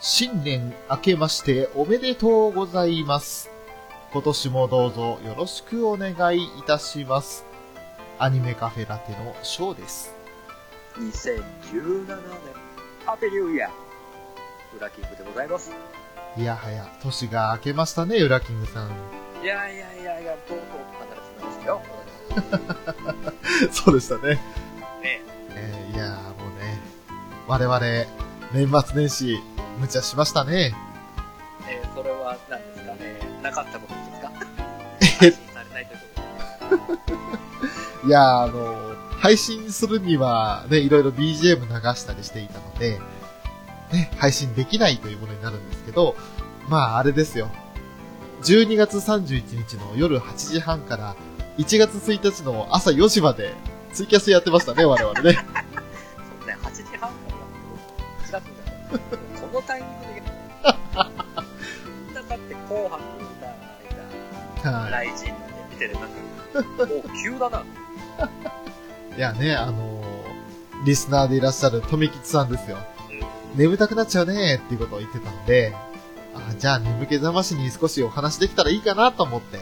新年明けましておめでとうございます。今年もどうぞよろしくお願いいたします。アニメカフェラテのショーです。 2017年ハッピーニューイヤーウラキングでございますいやはや、年が明けましたね、ウラキングさん。いやいやいやいやどうぞ離れてないですよ そうでしたね。ねえーいやーもうね、我々、年末年始、無茶しましたね。えーそれは何ですかねなかったことですかえ配信されないということいやーあの、配信するには、ね、いろいろ BGM 流したりしていたので、ね、配信できないというものになるんですけど、まああれですよ。12月31日の夜8時半から、1月1日の朝4時まで、ツイキャスやってましたね、我々ね。そうね8時半からだって違ったんだよこのタイミングでみんなだって紅白歌はい。ライジンで見てる中もう急だないやね、あのーリスナーでいらっしゃる富吉さんですよ。眠たくなっちゃうねーっていうことを言ってたので、あじゃあ眠気覚ましに少しお話できたらいいかなと思って、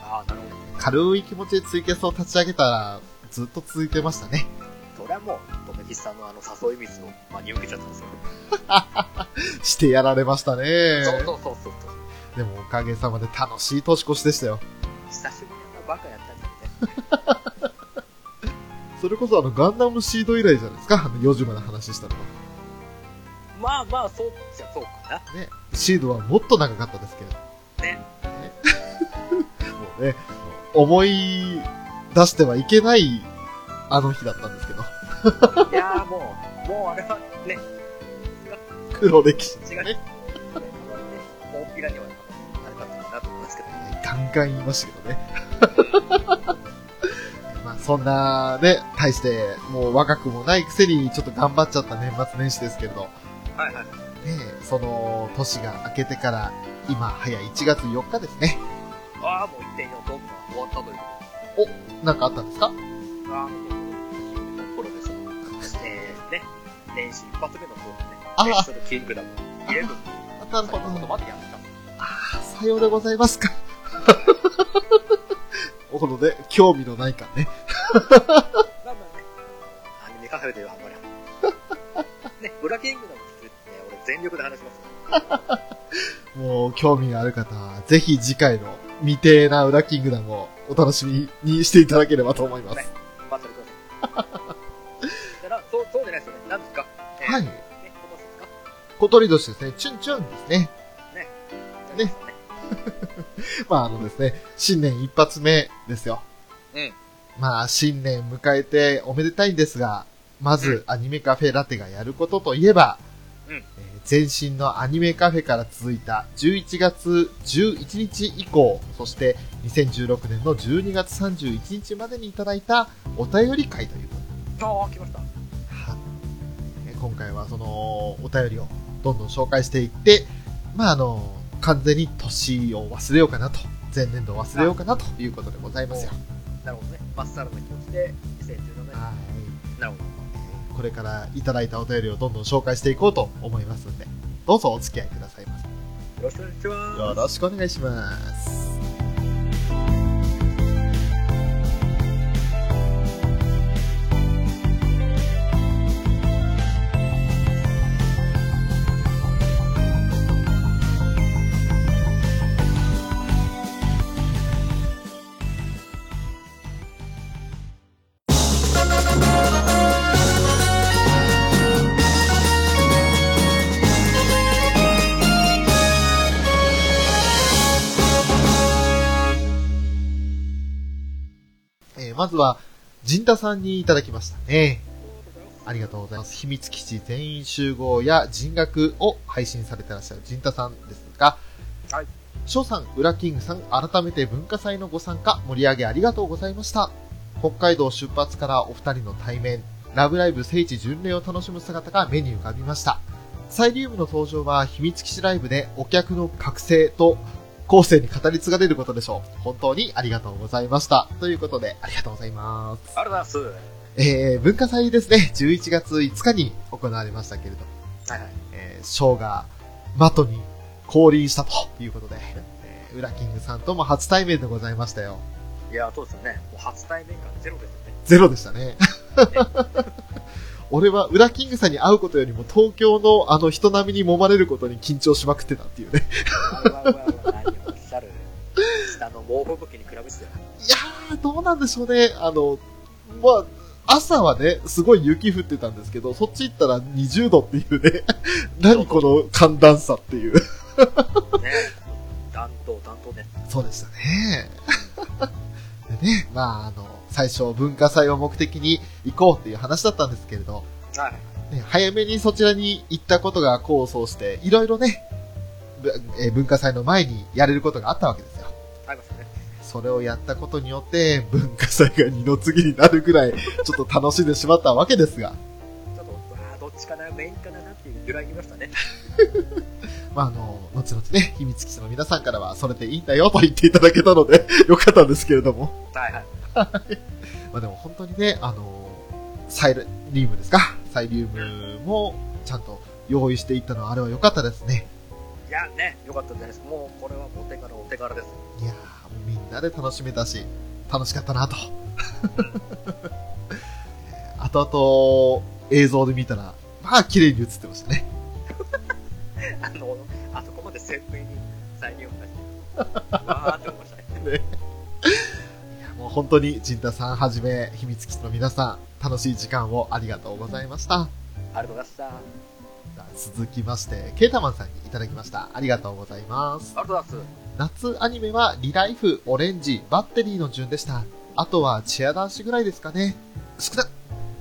ああなるほ軽い気持ちでツイキャスを立ち上げたら、ずっと続いてましたね。 どそれはもうとめきさんのあの誘い水を真に受けちゃったんですよしてやられましたねそうそうそうそうそうでもおかげさまで楽しい年越しでしたよ。久しぶりのバカやったんだよねそれこそあのガンダムシード以来じゃないですか、あの4時まで話したのは。まあまあそうじゃそうかなね、シードはもっと長かったですけれど。ね もうね、思い出してはいけないあの日だったんですけど、いやーもうもうあれはね黒歴史違うねあまりね大きらにはあれだったかなと思いますけどガンガン言いましたけどね。 まあそんなね、大してもう若くもないくせにちょっと頑張っちゃった年末年始ですけれど、ねはいはいえその年が明けてから今早い1月4日ですね。ああもう一定のドンが終わったというこなんかあったんですかとでああもうプロフェッショナルそしてね年始一発目の方がねあーレッスルキングダムイレブンあなるそんなこほとど。までやったあさようでございますか。 このね、興味のない感ね。まあまあねアニメカフェではあんまりね裏キングダムって言ってね俺全力で話しますもう興味がある方は、ぜひ次回の未定な裏キングダムをお楽しみにしていただければと思います。待ってください。だからそう そうじゃないですよね。なんですか。えーはいね、。今年ですか。小鳥年ですね。チュンチュンですね。ね ね。まああのですね、新年一発目ですよ。うん。まあ新年迎えておめでたいんですが、まずアニメカフェラテがやることといえば、うんえー前身のアニメカフェから続いた11月11日以降、そして2016年の12月31日までにいただいたお便り会ということでああ来ました。はいえー今回はそのお便りをどんどん紹介していって、まあ、あの完全に年を忘れようかなと前年度を忘れようかなということでございますよなるほどね。まっさらな気持ちで2017年。はいなるほえど。ーこれからいただいたお便りをどんどん紹介していこうと思いますんでどうぞお付き合いくださいませよろしくお願いします。よろしくお願いしますえーまずは、陣田さんにいただきましたね。ありがとうございます。秘密基地全員集合や人学を配信されてらっしゃる陣田さんですが、はい。翔さん、裏キングさん、改めて文化祭のご参加、盛り上げありがとうございました。北海道出発からお二人の対面、ラブライブ聖地巡礼を楽しむ姿が目に浮かびました。サイリウムの登場は秘密基地ライブでお客の覚醒と後世に語り継がれることでしょう。本当にありがとうございました。ということで、ありがとうございます。ありがとうございまえー、文化祭ですね、11月5日に行われましたけれど、す。はいはい。えー、ショーが的に降臨したということで、えー、ウラキングさんとも初対面でございましたよ。いや、そうですよね。もう初対面感ゼロですよね。ゼロでしたね。 俺はウラキングさんに会うことよりも東京のあの人並みに揉まれることに緊張しまくってたっていうね。 わわわわ何をおっしゃる。下の猛吹雪に比べてたよ。いやー、どうなんでしょうね。あの、まあ、朝はね、すごい雪降ってたんですけど、そっち行ったら20度っていうね、 何この寒暖差っていう。ね。担当、担当ね。そうでしたね。 でね、まあ、あの、最初文化祭を目的に行こうっていう話だったんですけれど、はい。ね、早めにそちらに行ったことが功を奏して、いろいろね、ぶえー文化祭の前にやれることがあったわけですよ。ありますよね。それをやったことによって、文化祭が二の次になるくらい、ちょっと楽しんでしまったわけですが、ちょっと、うわーどっちかな、メインかなっていう揺らぎましたね。まあ、あの、後々ね、秘密基地の皆さんからは、それでいいんだよと言っていただけたので、よかったんですけれども。はいはい。まあでも本当にね、あのサイリウムですかサイリウムもちゃんと用意していったのはあれは良かったですね。いや、ね、よかったんじゃないですか。もう、これはお手柄、お手柄ですよ。いやー、みんなで楽しめたし、楽しかったなと。 後々映像で見たら、まあ綺麗に映ってましたね。あの、あそこまでセーフに再利用した人。わーって思いましたね。いやもう本当に、陣太さんはじめ、秘密基地の皆さん、楽しい時間をありがとうございました。ありがとうございました。あ続きまして、ケータマンさんにいただきました。ありがとうございます。りがとうございます。夏アニメはリライフ、オレンジ、バッテリーの順でした。あとはチア男子ぐらいですかね。少な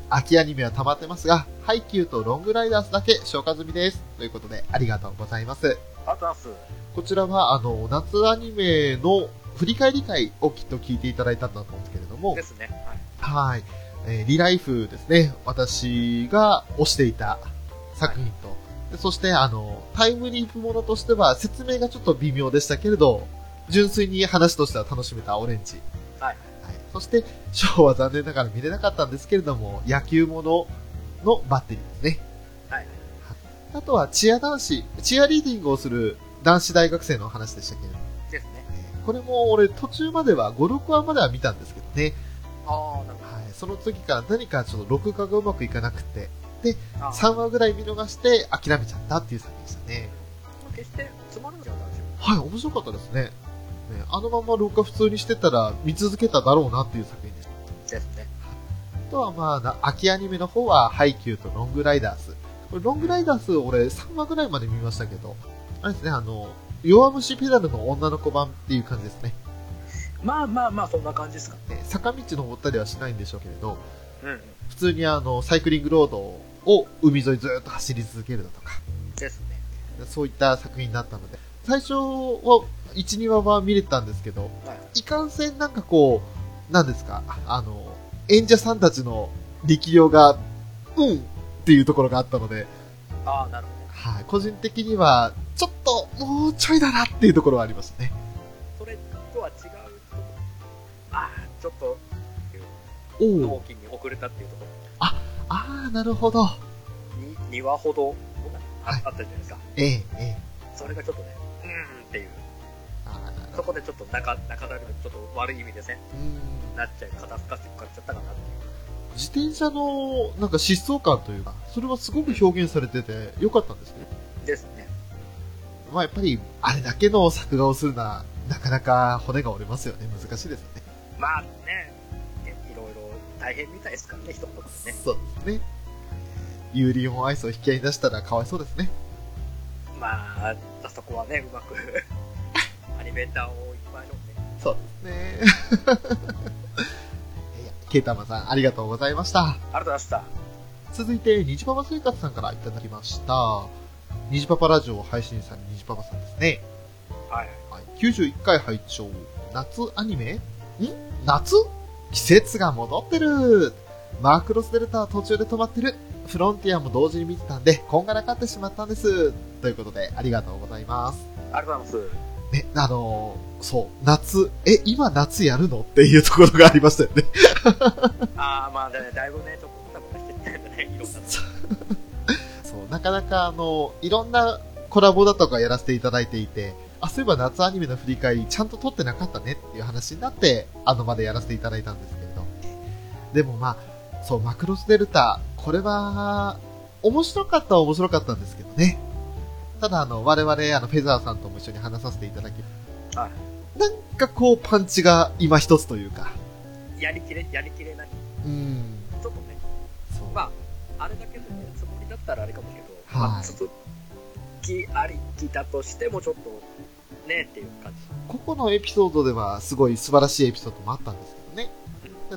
秋アニメは溜まってますが、ハイキューとロングライダースだけ消化済みです。ということで、ありがとうございます。ありがとうございまこちらは、あの、夏アニメの振り返り会をきっと聞いていただいたんだと思うんですけれどす。もで、すね。はい。はい。えーリライフですね。私が推していた作品と、でそして、あの、タイムリープものとしては、説明がちょっと微妙でしたけれど、純粋に話としては楽しめたオレンジ。はい。はい、そして、ショーは残念ながら見れなかったんですけれども、野球もののバッテリーですね。はい。あとは、チア男子、チアリーディングをする男子大学生の話でしたけれども、ですね。えーこれも俺途中までは5、6話までは見たんですけどね、ああ、なるほはい、その次から何かちょっと録画がうまくいかなくて、ど。あー3話ぐらい見逃して諦めちゃったっていう作品でしたね。決してつまらなかったんですよ。はい、面白かったですね。ねあのまま録画普通にしてたら見続けただろうなっていう作品です。ですね。あとはまあな、秋アニメの方は、ハイキューとロングライダース。これロングライダース、俺3話ぐらいまで見ましたけど、あれですね、あの、弱虫ペダルの女の子版っていう感じですね。まあまあまあ、そんな感じですか。ね坂道登ったりはしないんでしょうけれど、うん。普通にあの、サイクリングロードを海沿いずーっと走り続けるだとか、ですね。そういった作品だったので、最初は1、2話は見れたんですけど、はい。いかんせんなんかこう、なんですか、あの、演者さんたちの力量が、うんっていうところがあったので、ああ、なるほど。はい、個人的には、ちょっと、もうちょいだなっていうところはありましたね。それとは違うところ。ああ、ちょっと、お納お。期に遅れたっていうとこああ、なるほど。ろ。に2話ほどあはいあったじゃないですか。ええ、ええ。それがちょっとね、うーんっていう。あーそこでちょっと中、中だけでちょっと悪い意味でね、うんなっちゃい、肩透かしてかっちゃったかなっていう。自転車のなんか疾走感というか、それはすごく表現されてて良かったんですね。ですね。まあやっぱり、あれだけの作画をするなら、なかなか骨が折れますよね。難しいですよね。まあね、ねいろいろ大変みたいですからね、一言でね。そうですね。ユーリオンアイスを引き合いに出したらかわいそうですね。まあ、あそこはね、うまく、アニメーターをいっぱい読んで。そうですね。いやケータマンさん、ありがとうございました。ありがとうございました。続いて、ニジパパ生活さんからいただきました。ニジパパラジオ配信さん、ニジパパさんですね。はい。はい、91回拝聴。夏アニメん夏季節が戻ってるマークロスデルタは途中で止まってるフロンティアも同時に見てたんで、こんがらかってしまったんです。ということで、ありがとうございます。ありがとうございます。ね、あのーそう、夏、え、今夏やるのっていうところがありましたよね。ああ、まあだ,、ね、だいぶね、ちょっ とごたごたしてきたんでね、いろんな。 そう、なかなかあのいろんなコラボだとかやらせていただいていて、あ、そういえば夏アニメの振り返りちゃんと撮ってなかったねっていう話になって、あの場でやらせていただいたんですけれど。でもまあ、そう、マクロスデルタ、これは、面白かったは面白かったんですけどね。ただ、あの、我々、あの、フェザーさんとも一緒に話させていただき、はなんかこう、パンチが今一つというか。やりきれ、やりきれない。うん。ちょっとね、そう。まあれだけのつもりだったらあれかもしれないけど、はいまあ、続きありきだとしてもちょっと、ねっていう感個々のエピソードではすごい素晴らしいエピソードもあったんですけどね。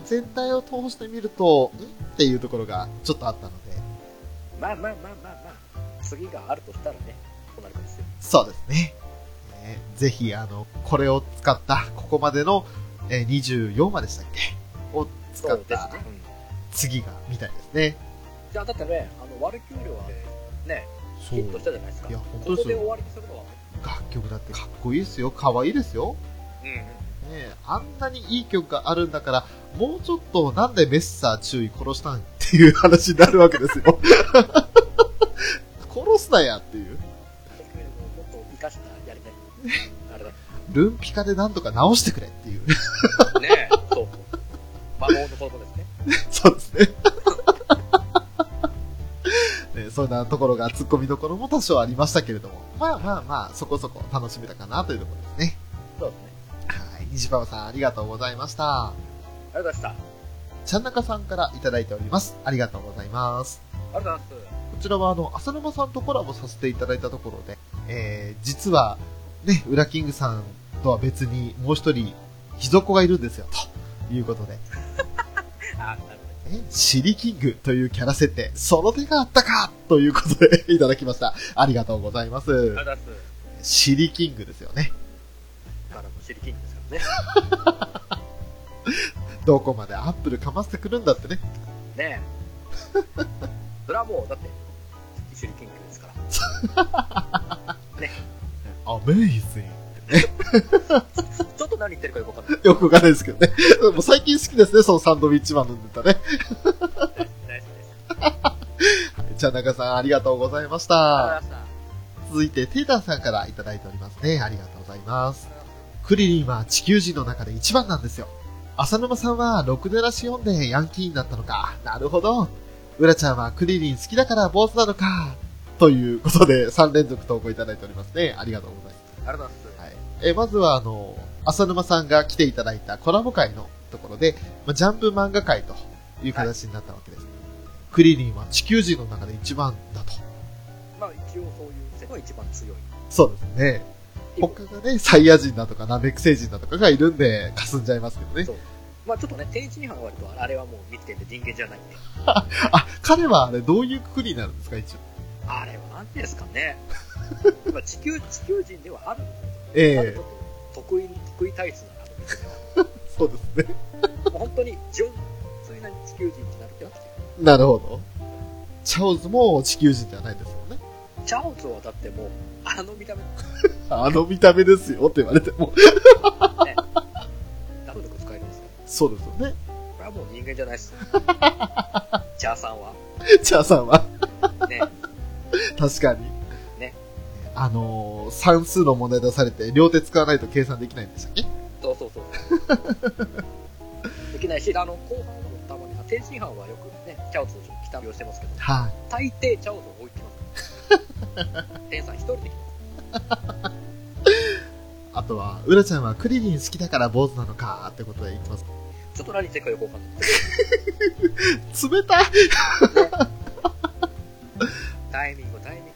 全体を通してみると、んっていうところがちょっとあったので。じ。まあまあまあまあまあ、次があるとしたらね、こうなるかもしれない。そうですね。えーぜひ、あの、これを使った、ここまでの、えー24話でしたっけを使そうっですたね。うん次が、みたいですね。じゃあだってね、あのワルキューレはね、そヒットしたじゃないですか。いや、本当こでこすで終よ。わりにするのはね。楽曲だってかっこいいですよ。かわいいですよ。ねえ、あんなにいい曲があるんだから、もうちょっとなんでメッサー注意殺したんっていう話になるわけですよ。殺すなやっていう。ワルキューレをもっと生かしたや りたい。あれだ。ルンピカでなんとか直してくれっていう。ねえ、そう。魔法の子供ですね。そうですね。ねそんなところが突っ込みどころも多少ありましたけれども。まあまあまあ、そこそこ楽しめたかなというところですね。そうですね。はい。西パパさんありがとうございました。ありがとうございました。ちゃんなかさんからいただいております。ありがとうございます。ありがとうございます。こちらはあの、浅沼さんとコラボさせていただいたところで、えー、実は、ね、ウラキングさんとは別にもう一人、ひぞこがいるんですよ、ということで、あ、なるねシリキングというキャラ設定、その手があったかということでいただきました。ありがとうございます。ほど。ありがとうございます。シリキングですよね。からのシリキングですからね。どこまでアップルかませてくるんだってね。ねえ。 それはもう、だって、シリキングですから。アメイジング。ちょっと何言ってるかよくわかんない。よくわかんないですけどね。 もう最近好きですね、そのサンドウィッチマンのネタね。大好きです。ちゃんなかさんありがとうございました。ありがとうございま続いて、テーターさんからいただいておりますね。ありがとうございます。クリリンは地球人の中で一番なんですよ。浅沼さんはろくでなし読んでヤンキーになったのか。なるほど。うらちゃんはクリリン好きだから坊主なのか。ということで、3連続投稿いただいておりますね。ありがとうございます。した。ありがとうございます。はい、えまずはあの浅沼さんが来ていただいたコラボ会のところで、まあ、ジャンプ漫画会という形になったわけです、クリリンは地球人の中で一番だとまあ一応そういう線が一番強い。そうですね他がねサイヤ人だとかナメック星人だとかがいるんで霞んじゃいますけどねそうまあちょっとね、天津飯は割とあれはもう見てんで人間じゃないんで。あ彼はあれどういうくくりになるんですか一応あれは何ですかね。 まあ地球、地球人ではあるんですけど、あるええこと得意、得意体質なので、そうですねもう本当に純粋な地球人になるってわけですよなるほどチャオズも地球人じゃないですよねチャオツはだってもう、あの見た目、あの見た目ですよって言われてもダブルで使えるんですよ。そうですよねこれはもう人間じゃない です。チャーさんは。チャーさんはね。確かに。ね。あのー算数の問題出されて、両手使わないと計算できないんでしたっけそうそうそう。できないし、あの、後半のたまに、天津飯はよくね、チャオツを北をしてますけど、はい。大抵チャオズを置いてますから。天さん一人で来てます。あとは、うらちゃんはクリリン好きだから坊主なのかってことで言ってます。ちょっと何言ってるかよくわかんない。冷たいタイミング、タイミング。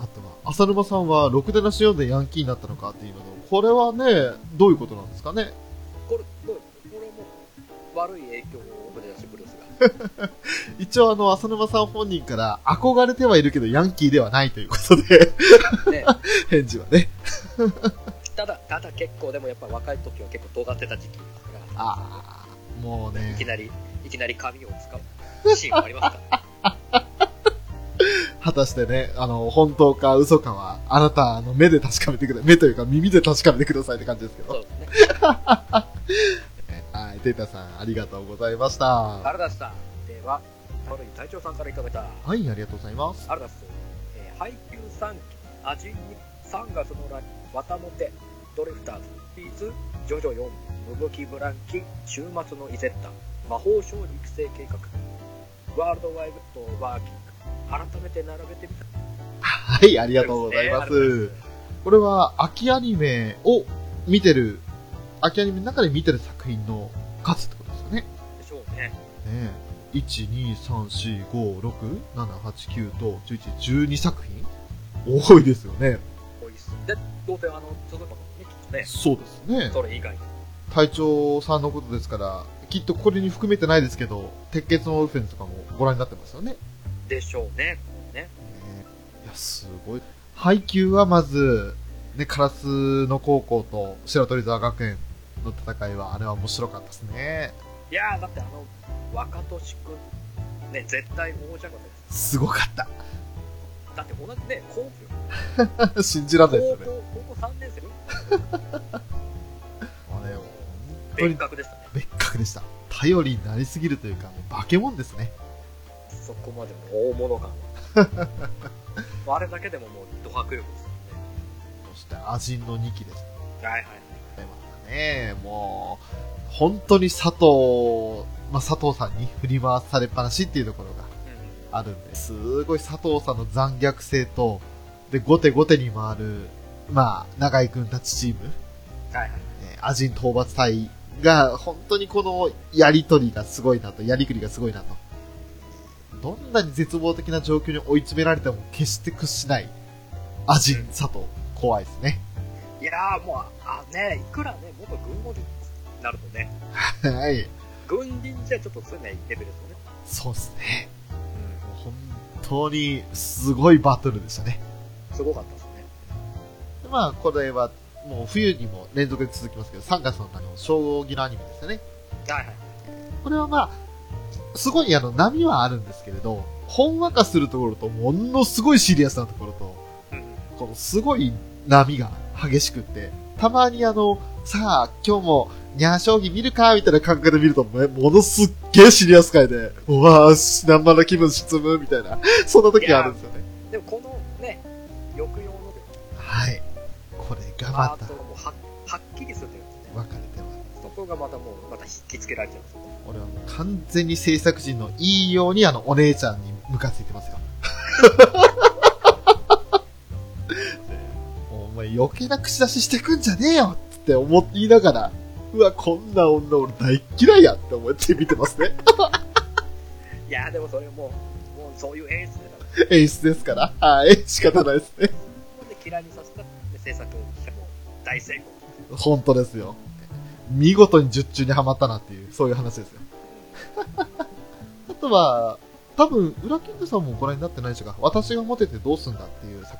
あとは、浅沼さんはろくでなし読んでヤンキーになったのかっていうのと、これはね、どういうことなんですかねこれ、どうこれも悪い影響を生み出してくるんですが。一応あの、浅沼さん本人から、憧れてはいるけどヤンキーではないということで、 ね、返事はね。ただ、ただ結構でもやっぱ若い時は結構尖ってた時期ですから。あー、もういきね、なり、いきなり髪を使うシーンもありますからね。果たしてね、あの、本当か嘘かは、あなた、あの、目で確かめてくだ目というか耳で確かめてくださいって感じですけどそ。うですね。はい、テータさん、ありがとうございました。あはるだした。では、丸い隊長さんからいただいた。あい、ありがとうございます。るだす。えー、配給3期、アジンに3月のライン、ワタモテ、ドリフターズ、ピーズ、ジョジョ4、ムブキブランキ、週末のイゼッタ、魔法少女育成計画、ワールドワイドワーキング、改めて並べてみた。あはい、ありがとうございます。これは秋アニメを見てる、秋アニメの中で見てる作品の数ってことですよね。でしょうね。ねえ1,2,3,4,5,6,7,8,9と11、12作品多いですよね。おいっす。で、どうせあの、続くのね、きっとね。そうですね。それ以外に。隊長さんのことですから、きっとこれに含めてないですけど、鉄血のオルフェンとかもご覧になってますよね。でしょうね。ね。ねいや、すごい。配給はまず、ね、烏野高校と白鳥沢学園の戦いは、あれは面白かったですね。いやー、だってあの、若年くん、ね、絶対王者がです。すごかった。だって同じね、高 校、信じらんないです高よね。校、高校3年生のあれ、本当別に格でしたね。別格でした。頼りになりすぎるというか、もう化け物ですね。そこまでの大物 感は。あれだけでももう、ド迫力ですよそして、アジンの2期ですね。はいはい。ね。もう、本当に佐藤、まあ、佐藤さんに振り回されっぱなしっていうところがうん。あるんです。すごい佐藤さんの残虐性と、で、後手後手に回る、まあ、長井くんたちチーム、はいはい。えーアジン討伐隊が、本当にこのやりとりがすごいなと、やりくりがすごいなと。どんなに絶望的な状況に追い詰められても決して屈しない、アジン佐藤、怖いですね。 いやー、もう、あ、ね、いくらね、元軍語でなるとね、はい。軍人じゃちょっとそういうのはレベルですよね。そうですね。もう本当に、すごいバトルでしたね。すごかったですね。でまあ、これは、もう冬にも連続で続きますけど、3月のあの、将棋のアニメですよね。はいはい。これはまあ、すごいあの、波はあるんですけれど、ほんわかするところと、ものすごいシリアスなところと、うん。このすごい波が激しくって、たまにあの、さあ、今日も、にゃー将棋見るかみたいな感覚で見ると、もものすっげえシリアス界で、うわぁ、なんまの気分沈むみたいな、そんな時があるんですよね。でもこのね、抑揚のはい。これがまパーたト、がもうははっきりするというかね、分かれてます。そこがまたもう、また引きつけられちゃうんですよね。俺はもう完全に制作陣のいいようにあのお姉ちゃんにムカついてますよ。 お前余計な口出ししてくんじゃねえよって思って言いながら、うわ、こんな女俺大っ嫌いやって思って見てますね。 いやーでもそれもう、もうそういう演出だから、演出ですから。はい、仕方ないですね。そこで嫌いにさせたで制作者も大成功。本当ですよ。見事に術中にはまったなっていう、そういう話 ですよ。あとは、多分、裏キングさんもご覧になってないでしょうか。私がモテてどうすんだっていう作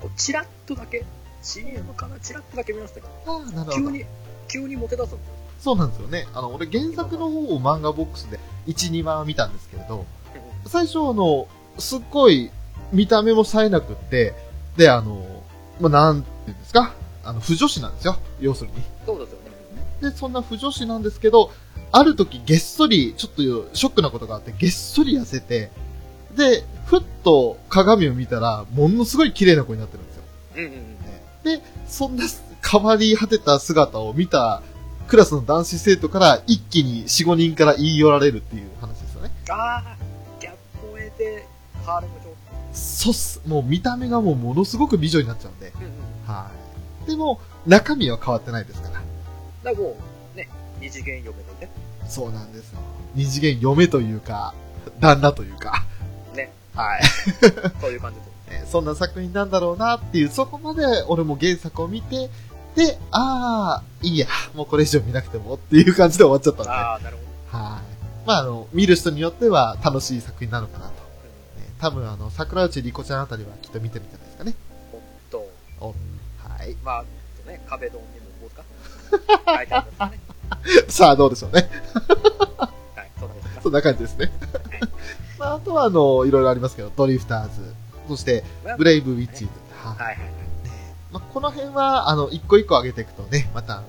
こうチラッとだけ、CM かな、チラッとだけ見ましたけど、品。ああ、なるほど。急に、急にモテ出すんですよ。そうなんですよね。あの、俺原作の方を漫画ボックスで1、2話見たんですけれど、最初あの、すっごい見た目も冴えなくって、で、あの、まあ、なんていうんですか、あの、不女子なんですよ。要するに。そうですよね。で、そんな不女子なんですけど、ある時げっそり、ちょっとショックなことがあって、げっそり痩せて、で、ふっと鏡を見たら、ものすごい綺麗な子になってるんですよ。うんうんうん。で、そんな変わり果てた姿を見たクラスの男子生徒から一気に4、5人から言い寄られるっていう話ですよね。あー、ギャップを得て、ハーレム状そっす。もう見た目がもうものすごく美女になっちゃうんで。態。うんうん。はい。でも、中身は変わってないですから。だからもう、ね、二次元嫁 のね、そうなんですよ。二次元嫁というか、旦那というか。ね。はい。そういう感じで。えーそんな作品なんだろうなっていう、そこまで俺も原作を見て、で、あー、いいや、もうこれ以上見なくてもっていう感じで終わっちゃったんで。あー、なるほど。はい。まあ、あの、見る人によっては楽しい作品なのかなと。うんね、多分、あの、桜内莉子ちゃんあたりはきっと見てるんじゃないですかね。おっと、おはい。 まあ、ね、壁ドンにもどうです かはい、大丈夫ですね。さあ、どうでしょうね。 はい、そうですか。そんな感じですね。 まあ、あとは、あの、いろいろありますけど、ドリフターズ、そして、ブレイブウィッチーズ。はい。はいはいはい。まあ、この辺は、あの、一個一個上げていくとね、また、あの、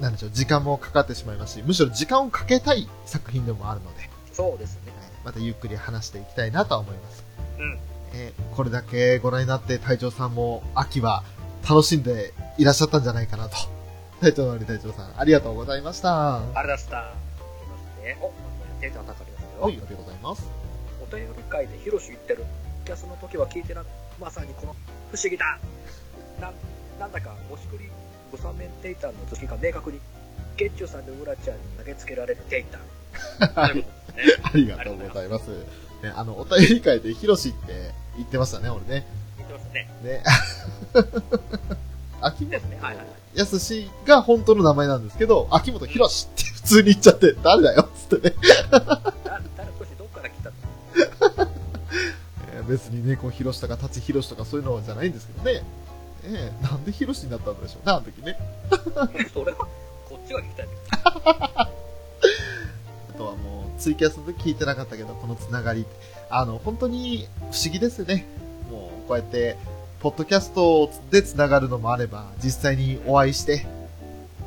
なんでしょう、時間もかかってしまいますし、むしろ時間をかけたい作品でもあるので、そうですね。またゆっくり話していきたいなとは思います。うんええーこれだけご覧になって隊長さんも秋は楽しんでいらっしゃったんじゃないかなと。隊長のり隊長さん、ありがとうございました。はあれだした。いきますね。お、テンション高くなりますよ。い、ありがとうございます。お便り会でヒロシ言ってる。キャスの時は聞いてなく、まさにこの、不思議だなん、なんだか、おしくり、ご三面テイタンの図式が明確に、ゲッチュさんでウラちゃんに投げつけられるテイタン。はいね、 ありがとうございます。ね、あの、お便り会でヒロシって言ってましたね、俺ね。言ってますね。ね。 秋で元すね。はいはいはい。やすしが本当の名前なんですけど、秋元博士って普通に言っちゃって、誰だよっつってね。だ誰、こしどっから来たのえー別に猫博士とか舘ひろしとかそういうのじゃないんですけどね。ええなんで博士になったんでしょうね、あの時ね。それは、こっちが聞きたいんだけあとはもう、ツイキャスの時聞いてなかったけど、このつながり。あの、本当に不思議ですよね。もう、こうやって、ポッドキャストでつながるのもあれば、実際にお会いして、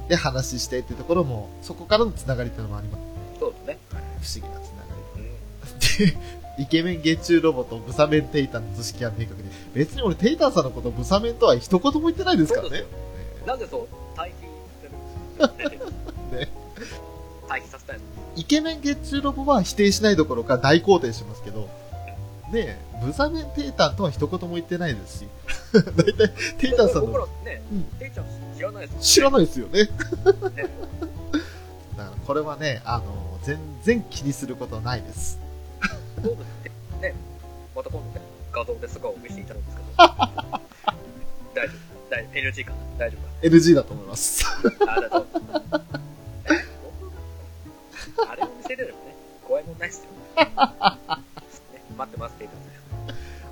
で、話してっていうところも、そこからのつながりっていうのもありまど。そう ですす。ね。不思議なつながり。うんでイケメン月中ロボとブサメンテイタンの図式は明確で別に俺テイタンさんのことブサメンとは一言も言ってないですからねそうなんでそう、退避してるんですか退避させたいのイケメン月中ロボは否定しないどころか大肯定しますけどねえブサメンテイタンとは一言も言ってないですし 大体テイタンさん僕のらねうん、テイちゃん知らないですもんね知らないですよ ねだねからこれはねあの全然気にすることないですそうですね。ね、また今度ね、画像でそこをお見せていただくんですけど。大丈夫、大丈夫、NG かな、大丈 NG だと思います 夫かな。あ、大丈夫。え僕があれを見せれればね、怖いもんないっすよ。ね、待ってますって言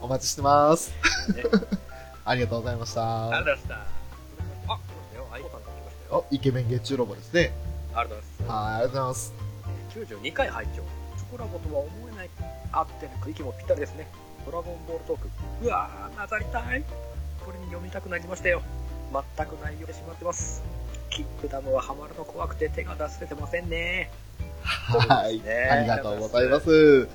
お待ちしてますってください。ね、ありがとうございましありたがとうございました。あ、来ましたよ。アイコさんが来ましたよ。おイケメン月中ロボですねありがとうございます。はいありがとうございます92回拝聴チョコラボとは思えない合ってる区域もぴったりですねドラゴンボールトークうわー混ざりたいこれに読みたくなりましたよ全く内容でしまってますキックダムはハマるの怖くて手が出せてませんねはい、そうですねありがとうございます。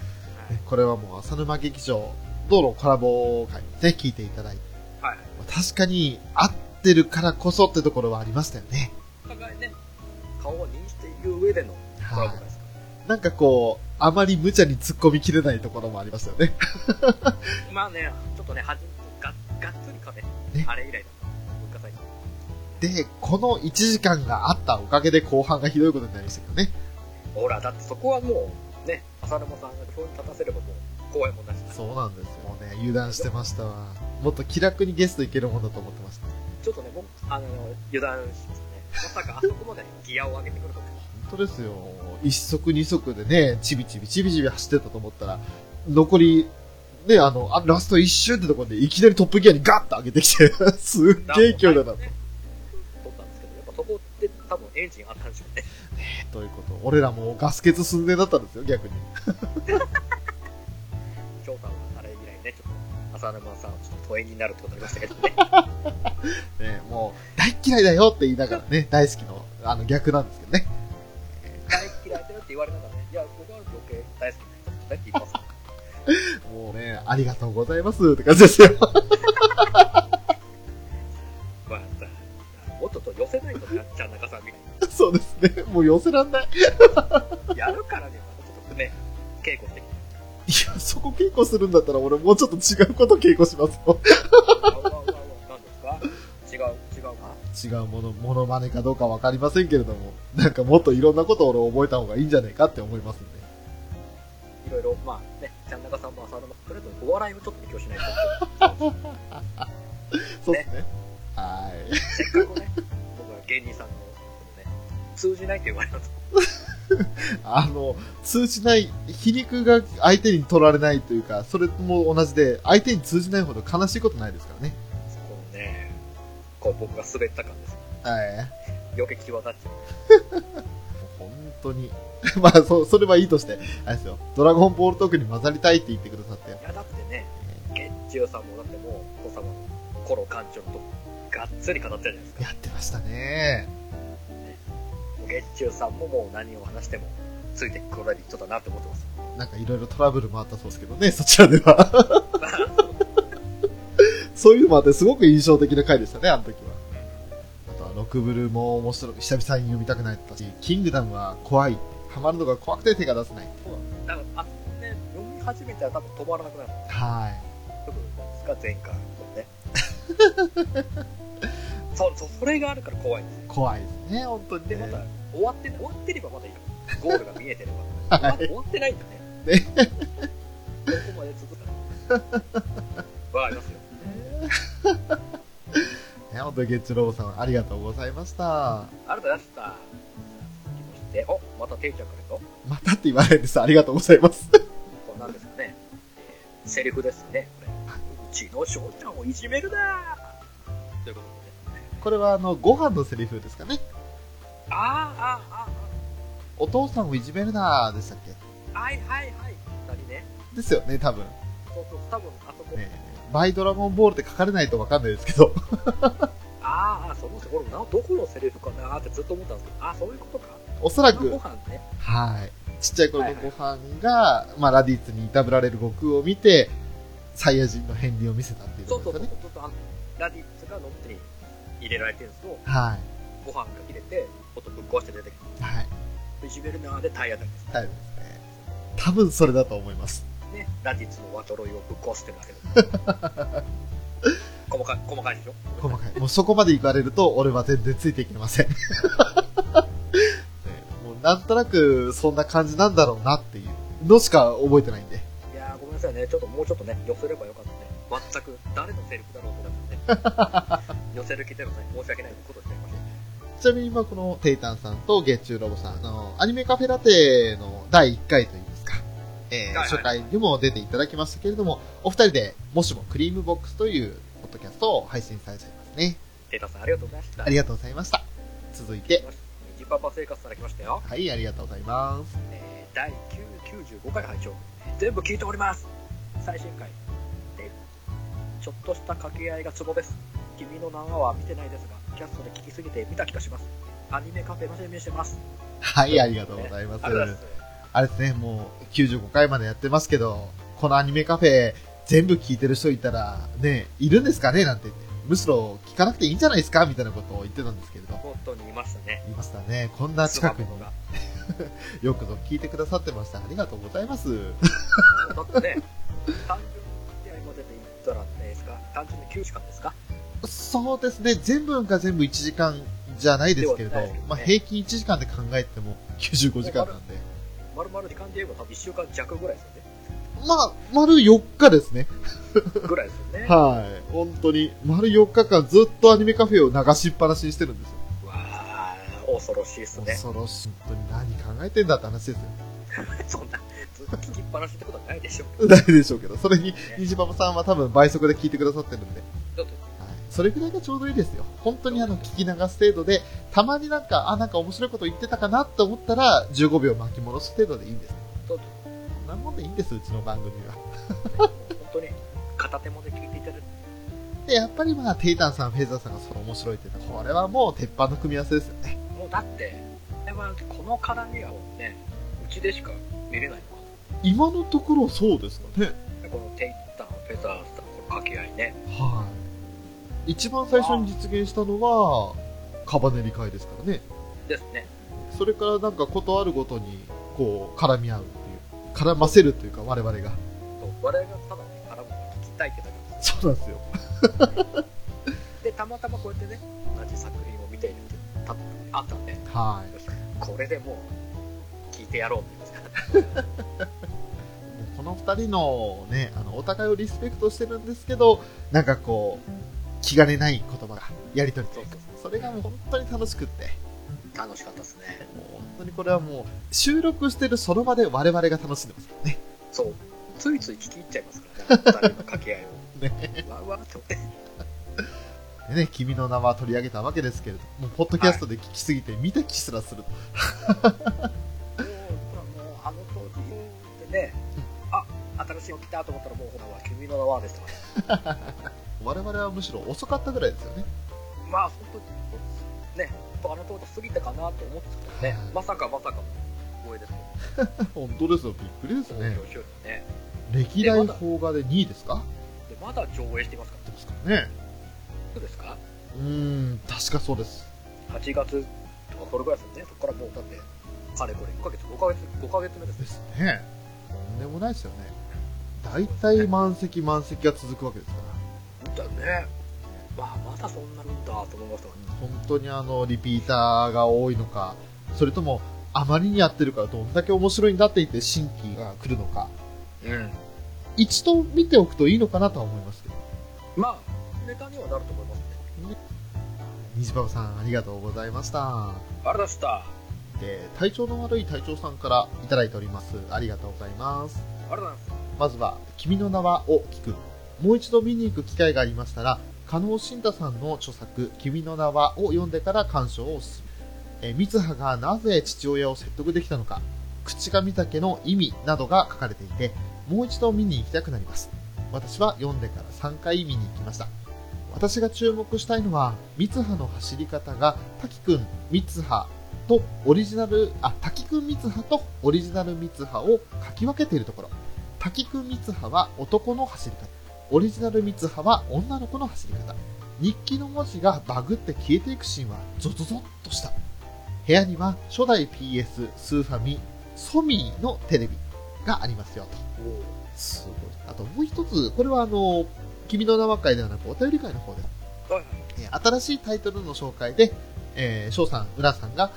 これはもう浅沼劇場、道路コラボ会で聞いていただいて、はいはい確かに合ってるからこそってところはありましたよね。お互いね顔を認している上でのコラボですかなんかこう、あまり無茶に突っ込みきれないところもありましたよね。ら、まあねちょっとねはじががっつりかねねあれ以来だ文化祭で、この1時間があったおかげで後半がひどいことになりましたけどね。ほらだってそこはもうね浅沼さんが表に立たせればもう怖いもんなしそうなんですよね。油断してましたわ。もっと気楽にゲストいけるものだと思ってました。ちょっとね、僕、あの、油断しますね。まさかあそこまでギアを上げてくるとか。本当ですよ。一足二足でね、ちびちびちびちび走ってたと思ったら、残り、ね、あの、あラスト一周ってところで、いきなりトップギアにガッと上げてきて、 すっげえ勢いだなと。ね。撮ったんですけど、やっぱそこって多分エンジンあったんでしょうね。ということ。俺らもうガス欠寸前だったんですよ、逆に。翔さんはあれ以来ね、ちょっと、浅沼さんはちょっと疎遠になるってことになりましたけどね。ね、もう、大っ嫌いだよって言いながらね、大好きの、あの、逆なんですけどね。大嫌いだよって言われながらね、いや、僕は余計大好きな人だって言ってますから。もうね、ありがとうございますって感じですよ。 まあさ、もっとと寄せないとなっちゃう中さんみたいそうですね。もう寄せらんない。に。やるからには、ちょっとね、稽古してきて。いや、そこ稽古するんだったら俺もうちょっと違うこと稽古しますよ。あうわうわうわ何ですか違う、違うか違うもの、モノマネかどうかわかりませんけれども、なんかもっといろんなことを俺覚えた方がいいんじゃないかって思いますんで。いろいろ、まあね、ちゃん中さんも浅沼さんも、とりあえずお笑いをちょっと勉強しないと。そうですね。はーい。せっかくね、僕は芸人さんの、ね、通じないって言われたと。あの、通じない、皮肉が相手に取られないというか、それも同じで、相手に通じないほど悲しいことないですからね。そこをね、こう僕が滑った感です。はい。余計際立っちゃ本当に。 まあ、そう、それはいいとして、あれですよ。ドラゴンボールトークに混ざりたいって言ってくださってう。い、や、だってね、月中さんもだってもう、お子様の頃館長と、がっつり語ってるじゃないですか。やってましたね。もう月中さんももう何を話しても、ついてこられる人だなって思ってます。なんかいろいろトラブルもあったそうですけどね、そちらでは。そういうのもあって、すごく印象的な回でしたね、あの時は。あとは、ロクブルも面白く、久々に読みたくなったし、キングダムは怖い。ハマるのが怖くて手が出せない。だから、あのね、読み始めたら多分止まらなくなる。はい。多分ですか、前回のね。そう、そう、それがあるから怖いんですよ。怖いですね、本当にで、ね。また、終わって、終わってればまだいいの。ゴールが見えてれば。まだ終わってないんだね。どこまで続くか。わかりますよ。ね、本当にゲッチュロボさん、ありがとうございました。ありがとうございました。続きまして、お、またていちゃんからと、またって言わないです。ありがとうございます。これなんですかね。えーセリフですね、これ。うちの翔ちゃんをいじめるなということでね。これは、あの、ご飯のセリフですかね。あーあお父さんをいじめるなーでしたっけー、あーあー、はいはいはい。二人ね。ですよね、多分。そうそう、多分あそこ。ねバイドラゴンボールって書かれないとわかんないですけど。あーあー、その人、俺もな、どこのセリフかなーってずっと思ったんですけど、ああ、そういうことか。おそらごく、飯ね。はい。ちっちゃい頃のご飯が、まあ、ラディッツにいたぶられる悟空を見て、サイヤ人の片鱗を見せたっていうそこうそとうですそかね。うそうそうあのラディッツがのってに入れられてるんですと、はご飯が入れて、ちょっとぶっ壊して出てきい。はい。て、いじめるなーで体当たりです。はいですね。多分それだと思います。ね、ラディッツのワトロイをぶっ壊してるわけです。細かい、細かいでしょ細かい。もうそこまで行かれると、俺は全然ついていけません。ね もうなんとなく、そんな感じなんだろうなっていうのしか覚えてないんで。いやーごめんなさいね、ちょっともうちょっとね、寄せればよかったね。全く、誰のセリフだろうと思ってね。寄せる気でもない、申し訳ないことをしていましちなみに今このテイタンさんと月中ロボさん、あの、アニメカフェラテの第1回といいますか、えーはいはい初回にも出ていただきましたけれども、お二人でもしもクリームボックスというポッドキャストを配信されちゃいますね。た。テイタさん、ありがとうございました。ありがとうございました。続いて、ニジパパ生活から来ましたよ。はい、ありがとうございます。えー、第995回拝聴全部聞いております。最新回。で、ちょっとした掛け合いがツボです。君の何話は見てないですが、キャストで聞きすぎて見た気がします。アニメカフェ楽しみにしてます。はい、ありがとうございます。ありが とうございます。あれですね、もう95回までやってますけど、このアニメカフェ全部聞いてる人いたら、ね、いるんですかねなんて言って、むしろ聞かなくていいんじゃないですかみたいなことを言ってたんですけれど。本当にいましたね。言いましたね。こんな近くにスマホがよくぞ聞いてくださってました。ありがとうございます。だってね、単純に試合までで言ったらねですか、単純に9時間ですか、そうですね。全部が全部1時間じゃないですけれでど、はないですねまあ平均1時間で考えても95時間なんで。まるまる時間で言えば多分1週間弱ぐらいですよね。まあ、丸4日ですね。ぐらいですよね。わはい。本当に、丸4日間ずっとアニメカフェを流しっぱなしにしてるんですよ。あ、恐ろしいですね。恐ろしい。本当に何考えてんだって話ですよ。そんな、ずっと聞きっぱなしってことはないでしょう。ないでしょうけど、それに、虹パパさんは多分倍速で聞いてくださってるんで。ちょっはといそれぐらいがちょうどいいですよ。本当にあの、聞き流す程度で、たまになんか、あ、なんか面白いこと言ってたかなと思ったら、15秒巻き戻す程度でいいんです。ちょっこんなもんでいいんです、うちの番組は。と本当に片手もで聞いていただいて、で、やっぱりまあ、テイタンさん、フェザーさんがその面白いっていうのは、これはもう鉄板の組み合わせですよね。もうだって、でもこの絡みはね、うちでしか見れない今のところそうですかね。の。このテイタン、フェザースタン、この掛け合いね。はい。一番最初に実現したのは、カバネリ会ですからね。ですね。それからなんか、ことあるごとに、こう、絡み合うっていう。絡ませるというか、我々が。そう我々がただね、絡むのを聞きたいってだけです。そうなんですよ。でたまたまこうやってね同じ作品を見ているってたあったんではい。これでもう聞いてやろうって言いまもすかうこの2人のね、あの、お互いをリスペクトしてるんですけど、なんかこう、気兼ねない言葉が、やりとりというかそそうれがもう本当に楽しくって、ら楽しかったですねもう本当にこれはもう、収録してるその場で我々が楽しんでますからね。そうついつい聞き入っちゃいますからね2人の掛け合いをわうわって思ってでね、君の名は取り上げたわけですけれど、もう、ポッドキャストで聞きすぎて、見た気すらすると。もうもうあの当時ってねあ新しいの来たと思ったらもうほらは君の名はですとかね我々はむしろ遅かったぐらいですよね。まあ本当にねあの当時過ぎたかなと思ってたけどねまさかまさか光栄ですね。 本当ですよ。びっくりです興ね。行収入ね。歴代邦画で2位ですかで、まだ上映していますかですかね。どうですかうーん、確かそうです。 ?8 月とかそれぐらいですよね。そこからもう、だって、かれこれ1ヶ月、5ヶ月、5ヶ月目ですでね。すね。とんでもないですよね。大体満席満席が続くわけですから。だね。まあ、まだそんなにいいんだと思いました本当にあの、リピーターが多いのか、それとも、あまりにやってるからどんだけ面白いんだって言って新規が来るのか、うん。一度見ておくといいのかなとは思いますけど。まあ、ネタにはなると思いますね。虹パパさん、ありがとうございました。あれでした。あで、体調の悪い隊長さんからいただいております。ありがとうございます。りがとうございます。まずは、君の名はを聞く。もう一度見に行く機会がありましたら、加納慎太さんの著作、君の名はを読んでから鑑賞をおすすめ。えー、三葉がなぜ父親を説得できたのか、口上岳の意味などが書かれていて、もう一度見に行きたくなります。私は読んでから3回見に行きました。私が注目したいのは、三葉の走り方が、滝くん、三葉とオリジナル、あ、滝くん三葉とオリジナル三葉を書き分けているところ。滝くん三葉は男の走り方オリジナル三葉は女の子の走り方日記の文字がバグって消えていくシーンはゾゾゾッとした部屋には初代 PS スーファミソミーのテレビがありますよとおすごいあともう一つこれはあの君の名は会ではなくお便り会の方ではいはい。えー新しいタイトルの紹介で、えー翔さん、浦さんが、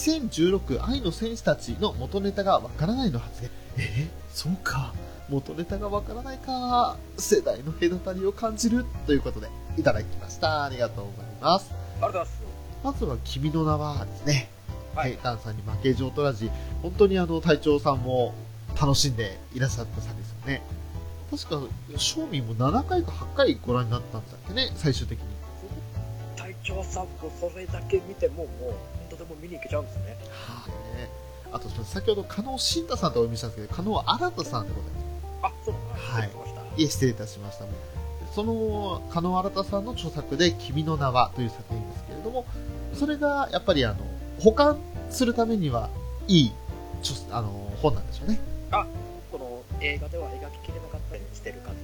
2016愛の戦士たちの元ネタがわからないの発言。えーそうか。元ネタがわからないか。世代の隔たりを感じる。ということで、いただきました。ありがとうございます。ありがとうございます。まずは、君の名はですね。ははいい。ダンさんに負けじを取らず、本当にあの、隊長さんも楽しんでいらっしゃったさんですよね。確か、正味も7回か8回ご覧になったんだっけね、最終的に。隊長さんもそれだけ見ても、もう、とても見に行けちゃうんですね。はい、ね。あと、先ほど、加納慎太さんとお呼びしたんですけど、加納新太さんってことであ、そうなのはい失礼しました。いえ、失礼いたしました。その、加納新太さんの著作で、君の名はという作品ですけれども、それが、やっぱり、あの、保管するためには、いい、著あの、本なんでしょうね。この映画では描ききれなかったりしてる感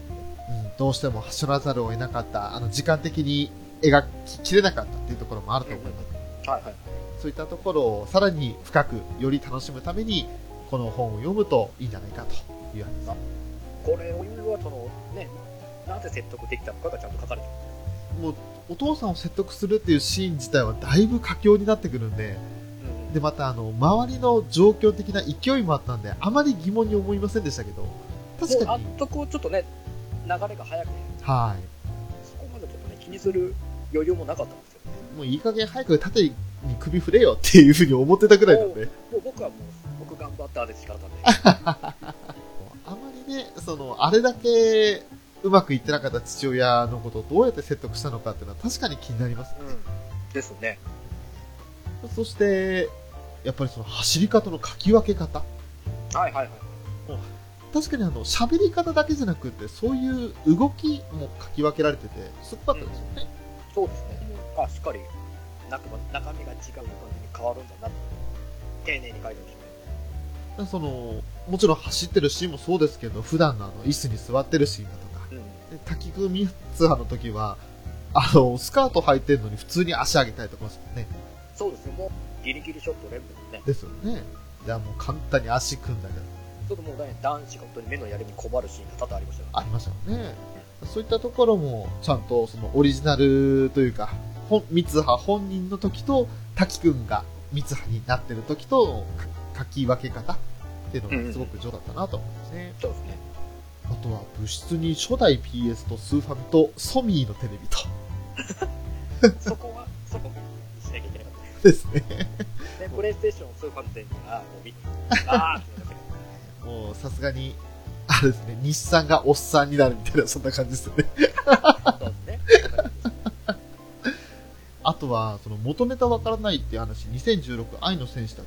じ。うん、どうしても走らざるを得なかった、あの、時間的に描ききれなかったっていうところもあると思います。はいはい。そういったところをさらに深く、より楽しむために、この本を読むといいんじゃないかという話です。これを言うは、その、ね、なぜ説得できたのかがちゃんと書かれてる。もうお父さんを説得するっていうシーン自体はだいぶ佳境になってくるんでうんでまたあの周りの状況的な勢いもあったんであまり疑問に思いませんでしたけど確もうかあにっとこうちょっとね、流れが早くて、はそこまでちょっとね、気にする余裕もなかったんですよ。いもういい加減早く縦に首振れよっていうふうに思ってたぐらいなんでもう僕はもう、僕頑張ったでしかなかったんで。あまりねそのあれだけうまくいってなかった父親のことをどうやって説得したのかっていうのは確かに気になりますうん、ですね。そしてやっぱりその走り方の書き分け方はいはいはい。確かにあの喋り方だけじゃなくてそういう動きも書き分けられててすごかったですよね、そうですね。あ、しっかり中ま中身が違う感じに変わるんだなって、丁寧に書いてましそのもちろん走ってるシーンもそうですけど普段のあの椅子に座ってるシーンだとかたね。で滝組ツハの時はあのスカート履いてるのに普通に足上げたりとかですよねそうですね。もう、ギリギリショット連部ですね。ですよねいやもう簡単に足組んだりちょっともうね、男子が本当に目のやりに困るシーンが多々ありましたよありましたよねそういったところもちゃんとそのオリジナルというか本三葉本人の時と滝くんが三葉になってる時とか書き分け方っていうのがすごく上手だったなと思いますね、そうですね。あとは部室に初代 PS とスーファミとソミーのテレビと そこは、そこにしなきゃいけなかったでですねすね。で、プレイステーションスーファミ店に、あーもう見て、あーってなりましたけどもうさすがにあれですね日産がおっさんになるみたいなそんな感じですよねそうです ね。あとはその元ネタわからないっていう話2016愛の戦士たち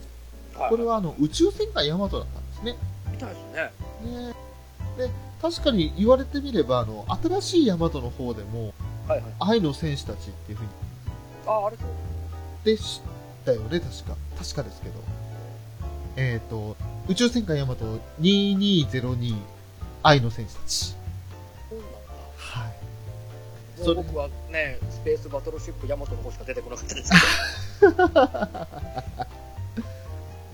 はいこれはあの宇宙戦艦ヤマトだったんですね見たいですね。ねで確かに言われてみればあの新しいヤマトの方でもはいはい。愛の戦士たちっていうふうにあー、あれそう。でしたよね確か確かですけどえっ、と、宇宙戦艦ヤマト2202愛の戦士たち。そうなんだはい。もそうれ僕はねスペースバトルシップヤマトの方しか出てこなかった ですけ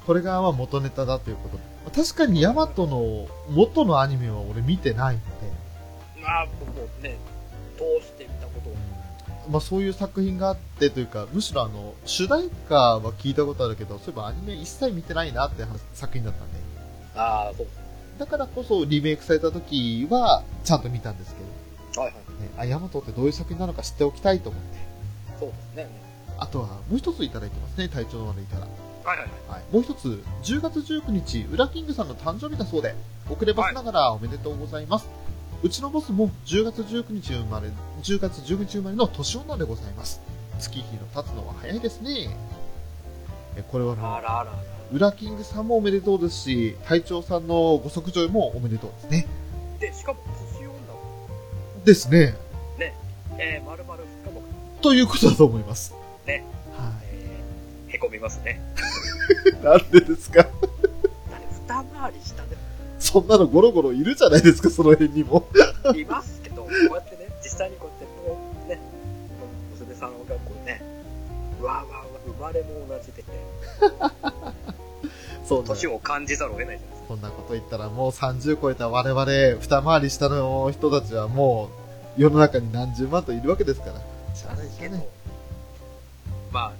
これがまあ元ネタだということで。確かにヤマトの元のアニメは俺見てないので、どまあ僕もね通してみたことをまあそういう作品があってというか、むしろあの、主題歌は聞いたことあるけど、そういえばアニメ一切見てないなって話作品だったんで。ああそうだからこそリメイクされた時はちゃんと見たんですけど、はいはいね、あ、ヤマトってどういう作品なのか知っておきたいと思って。そうですねあとはもう一ついただいてますね、体調の悪いから。はいはいはいはい、もう一つ、10月19日、ウラキングさんの誕生日だそうで、遅ればせながらおめでとうございます。うちのボスも10月19日生まれ、10月19日生まれの年女でございます。月日の経つのは早いですね。えこれはあね、らあらあらウラキングさんもおめでとうですし、隊長さんのご即上もおめでとうですね。でしかも年女もですね。えー、丸々2日もということだと思います。ね。はえー、へこみますねい。 なんでですかだって二回り下でそんなのゴロゴロいるじゃないですか、その辺にも。いますけ ど、こうやってね、実際にこうやって、こうね、娘さんがこうね、うわうわうわ、生まれも同じでね、そうなんです年を感じざるを得ないじゃないですこんなこと言ったらもう30超えた我々、二回り下の人たちはもう世の中に何十万といるわけですから。しゃあか。ないしゃあない。ま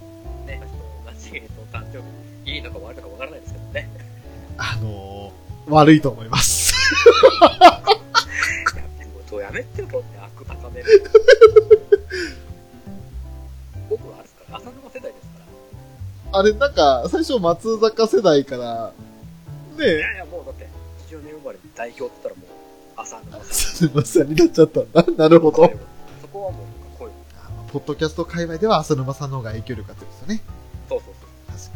あ、ね、同じお誕生日、いいのか悪いのかわからないですけどね、あのー、悪いと思います。 いや仕事をやめてよ、って悪高める。僕はあれですから、浅沼世代ですから。あれ、なんか、最初松坂世代から、いねえ、やいや、もうだって、80年生まれの代表って言ったらもう、浅沼さん。すいません、になっちゃったんだ。なるほど。そこはもう、声を。ポッドキャスト界隈では浅沼さんの方が影響力が強いですよね。そうそうそ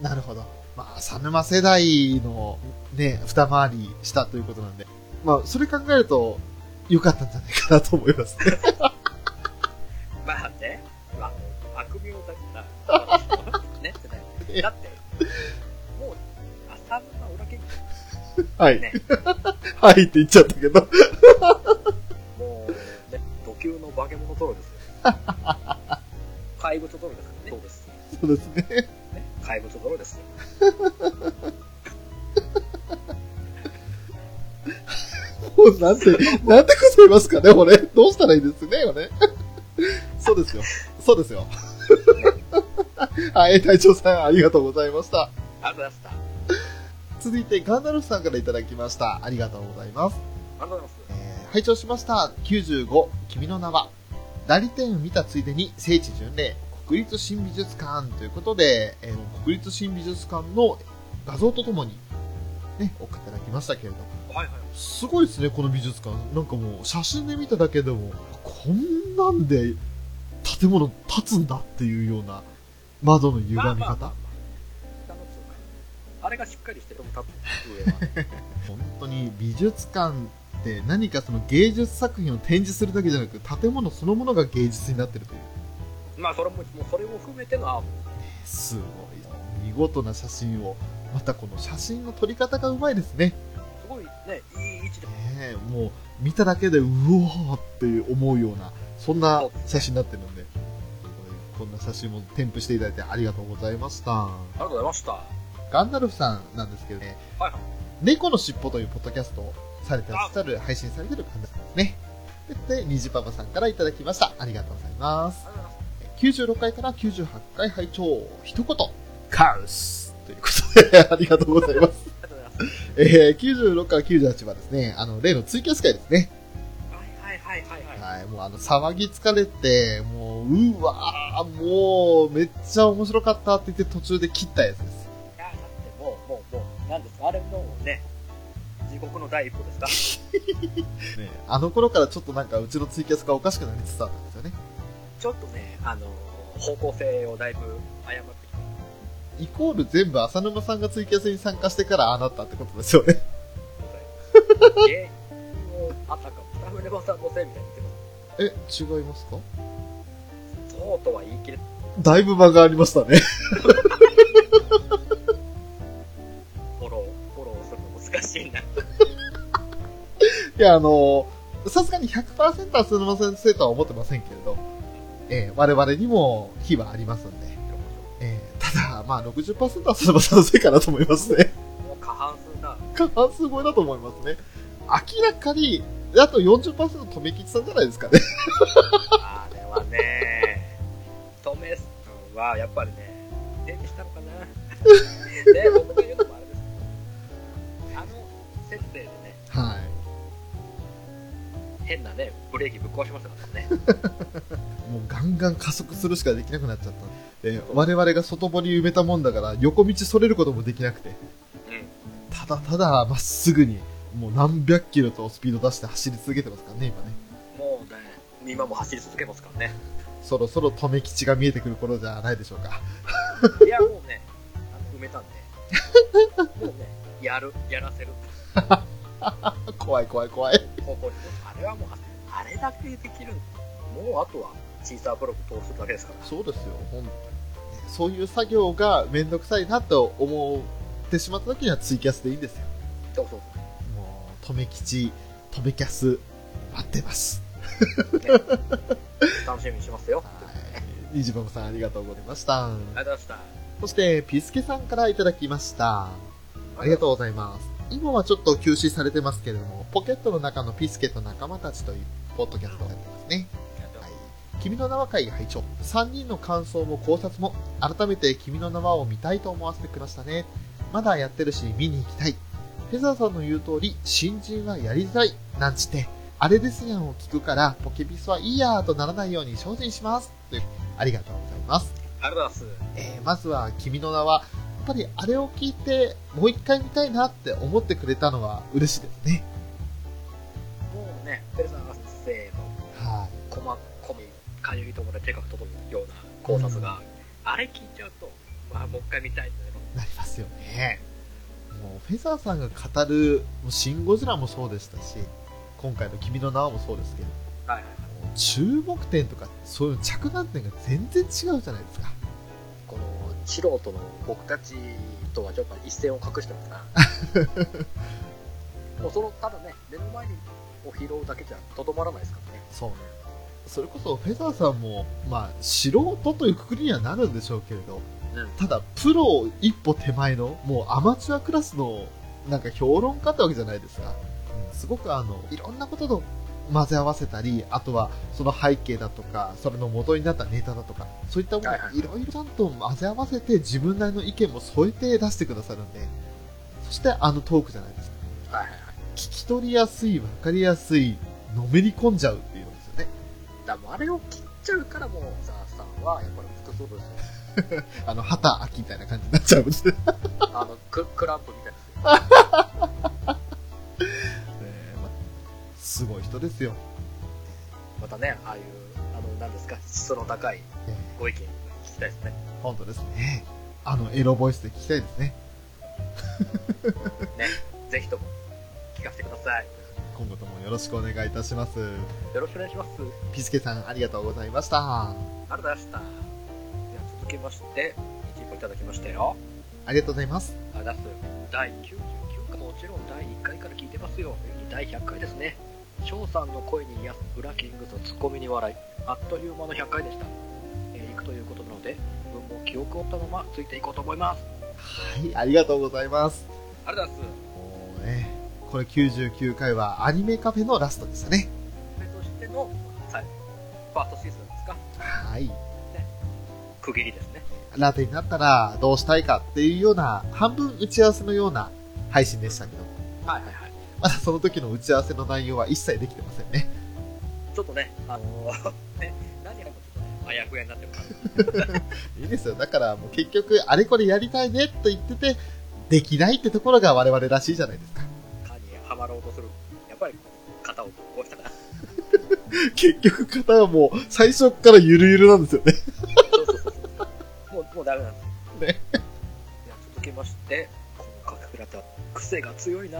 う。なるほど。まあ、浅沼世代のね、二回りしたということなんで、まあ、それ考えると、良かったんじゃないかなと思いますね。まあね、まあ、悪名だから、ねってね。だって、もう、浅沼裏剣はいね。はいって言っちゃったけど。もう、ね、土級の化け物トロですよ。 怪物トロですからね。そうです。そうですね。ね、怪物トロですよ。もうなんて、なんてくいますかね、これ。どうしたらいいですね、これ。そうですよ。そうですよ。はい、隊長さん、ありがとうございました。ありがとうございました。あ続いて、ガンダルフさんからいただきました。ありがとうございます。りがとうございます。えー拝聴しました。95、君の名は。代理店を見たついでに、聖地巡礼、国立新美術館ということで、えー国立新美術館の画像とともに、ね、送っていただきましたけれどもはいはい。すごいですね、この美術館。なんかもう、写真で見ただけでも、こんなんで建物立つんだっていうような、窓の歪みま方。あまあまあ下の通貨あれがしっかりしてるも多分上は。本当に美術館って何かその芸術作品を展示するだけじゃなく、建物そのものが芸術になってるという。まあ、それも、もうそれも含めてのアーム。すごい。見事な写真を。またこの写真の撮り方がうまいですね。すごいね、いい位置で。ねえもう見ただけでうおーって思うようなそんな写真になってるんでこんな写真も添付していただいてありがとうございましたありがとうございました。はガンダルフさんなんですけどねいはい。猫のしっぽというポッドキャストをされてらっしゃる配信されてる方ですねで、にじパパさんからいただきました。ありがとうございますあ。りがとうございます。 96回から98回拝聴一言、カウスということで、あ りがとうございます。ありがとうございます。えー、96から98はですね、あの、例のツイキャス会ですね。はいはいはいはいはい。はい、もうあの、騒ぎ疲れて、もう、うわー、もう、めっちゃ面白かったって言って途中で切ったやつです。いやだってもうもうもうなんですかあれもうね地獄の第一歩ですか。あの頃からちょっとなんか、うちのツイキャスがおかしくなりつつあったんですよね。ちょっとねあのー方向性をだいぶ誤ってきて。イコール全部浅沼さんがツイキャスに参加してからああなったってことですよね。芸人をあたかも北村さんのせいみたいに言ってまえ、違いますかす。そうとは言い切れ。だいぶ間がありましたね。フォロー、フォローするの難しい な。いや、あのさすがに100%はすみませんせとは思ってませんけれど、えー我々にも非はありますんで、えーただ、まあ60%はすみませんせかなと思いますね。もう過半数だ。過半数超えだと思いますね。明らかに、あと40%止めきさんじゃないですかね。あれはね、トメスはやっぱりね、出てしたのかな。 で、僕が言うのもあれですけど、あの設定でね、はい。変なね、ブレーキぶっ壊しましたからね。もうガンガン加速するしかできなくなっちゃった。えー我々が外堀埋めたもんだから、横道それることもできなくて、ただただまっすぐに、もう何百キロとスピード出して走り続けてますからね、今ね。うん。もうね、今も走り続けますからね。そろそろ止め吉が見えてくる頃じゃないでしょうか。いや、もうね、あの埋めたんで。もうね、やる、やらせる。怖い怖い怖い。方向にあれはもうあれだけできるもうあとはチーザーブロック通すだけですからそうですよ、本当に。そういう作業がめんどくさいなと思ってしまった時にはツイキャスでいいんですよ。そうそうもう、止め吉、止めキャス、待ってます。そう、ね、楽しみにしますよはい。にじばむさんありがとうございました。ありがとうございましたそして、ピスケさんからいただきました。ありがとうございます。今はちょっと休止されてますけれども、ポケットの中のピスケと仲間たちというポッドキャストをやってますね。はい、君の名は会拝聴3人の感想も考察も改めて君の名はを見たいと思わせてくれましたねまだやってるし見に行きたいフェザーさんの言う通り新人はやりづらいなんちってあれですやんを聞くからポケビスはいいやーとならないように精進しますというありがとうございます、ありがとうございますえーまずは君の名はやっぱりあれを聞いてもう一回見たいなって思ってくれたのは嬉しいですねもうねペルさん発生のはい細込みかゆいところで手が届くような考察が、あれ聞いちゃうとまあもう一回見たいんだけどなりますよね。もうフェザーさんが語る、もうシン・ゴジラもそうでしたし、今回の君の名はもそうですけど、はいもう注目点とか、そういう着眼点が全然違うじゃないですか。この素人の僕たちとはちょっと一線を隠して ますなもうそのただね目の前にを拾うだけじゃとどまらないですからねそうね。それこそフェザーさんも、まあ、素人というくくりにはなるんでしょうけれど、うんただ、プロ一歩手前の、もうアマチュアクラスの、なんか評論家ってわけじゃないですか。すごくあの、いろんなことと混ぜ合わせたり、あとはその背景だとか、それの元になったネタだとか、そういったものをはいはいいろいろちゃんと混ぜ合わせて、自分なりの意見も添えて出してくださるんで、そしてあのトークじゃないですか。はいはいはい聞き取りやすい、わかりやすい、のめり込んじゃうっていうんですよね。だからもうあれを切っちゃうからもうザーさんはやっぱり複数分です ねあの、旗秋みたいな感じになっちゃうんですあのククランプみたいなえーまますごい人ですよ、またねああいうあの何ですか質の高いえご意見聞きたいですねー本当ですねあのエロボイスで聞きたいですねぜひとも聞かせてください今後ともよろしくお願いいたしますよろしくお願いしますピスケさんありがとうございましたありがとうございましたでは続きまして一部いただきましたよありがとうございますあ出す第99回もちろん第1回から聞いてますよ第100回ですね翔さんの声に癒やすブラキングとツッコミに笑いあっという間の100回でした、えー行くということなので自分も記憶を追ったままついていこうと思いますはいありがとうございますありがとうございもうねこれ99回はアニメカフェのラストでしたねますそしての、はい、ファーストシーズンですかはい区切りですねラテになったらどうしたいかっていうような半分打ち合わせのような配信でしたけどはいはいはいまだその時の打ち合わせの内容は一切できてませんねちょっとねあのー ね何がもちょっとねあやふやになってるからいいですよ。だからもう結局、あれこれやりたいねと言ってて、できないってところが我々らしいじゃないですか。 歯にはまろうとするやっぱり肩をこうしたから 結局、型はもう最初からゆるゆるなんですよね。そうそうそうそう。もう、もうダメなんですね。いや、続きまして、このカフェラテは癖が強いな。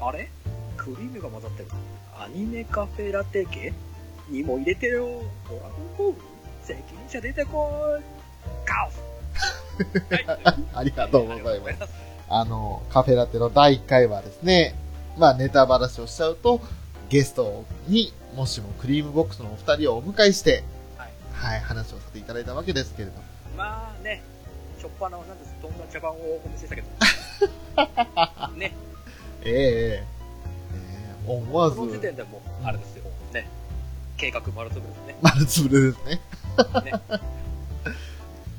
あれクリームが混ざってる。アニメカフェラテ系にも入れてよ。ドラゴンボール責任者出てこい。カオス。はい ありがとうございます。す。あの、カフェラテの第1回はですね、まあネタばらしをしちゃうと、ゲストにもしもクリームボックスのお二人をお迎えして、はいはい、話をさせていただいたわけですけれども。まあね、しょっぱなはなんです、どんな茶番をお見せしたけど、ね、ええええええ思わそず、の時点でもう、あれですよ、ね、計画丸つぶれですね。丸つぶれですね。ね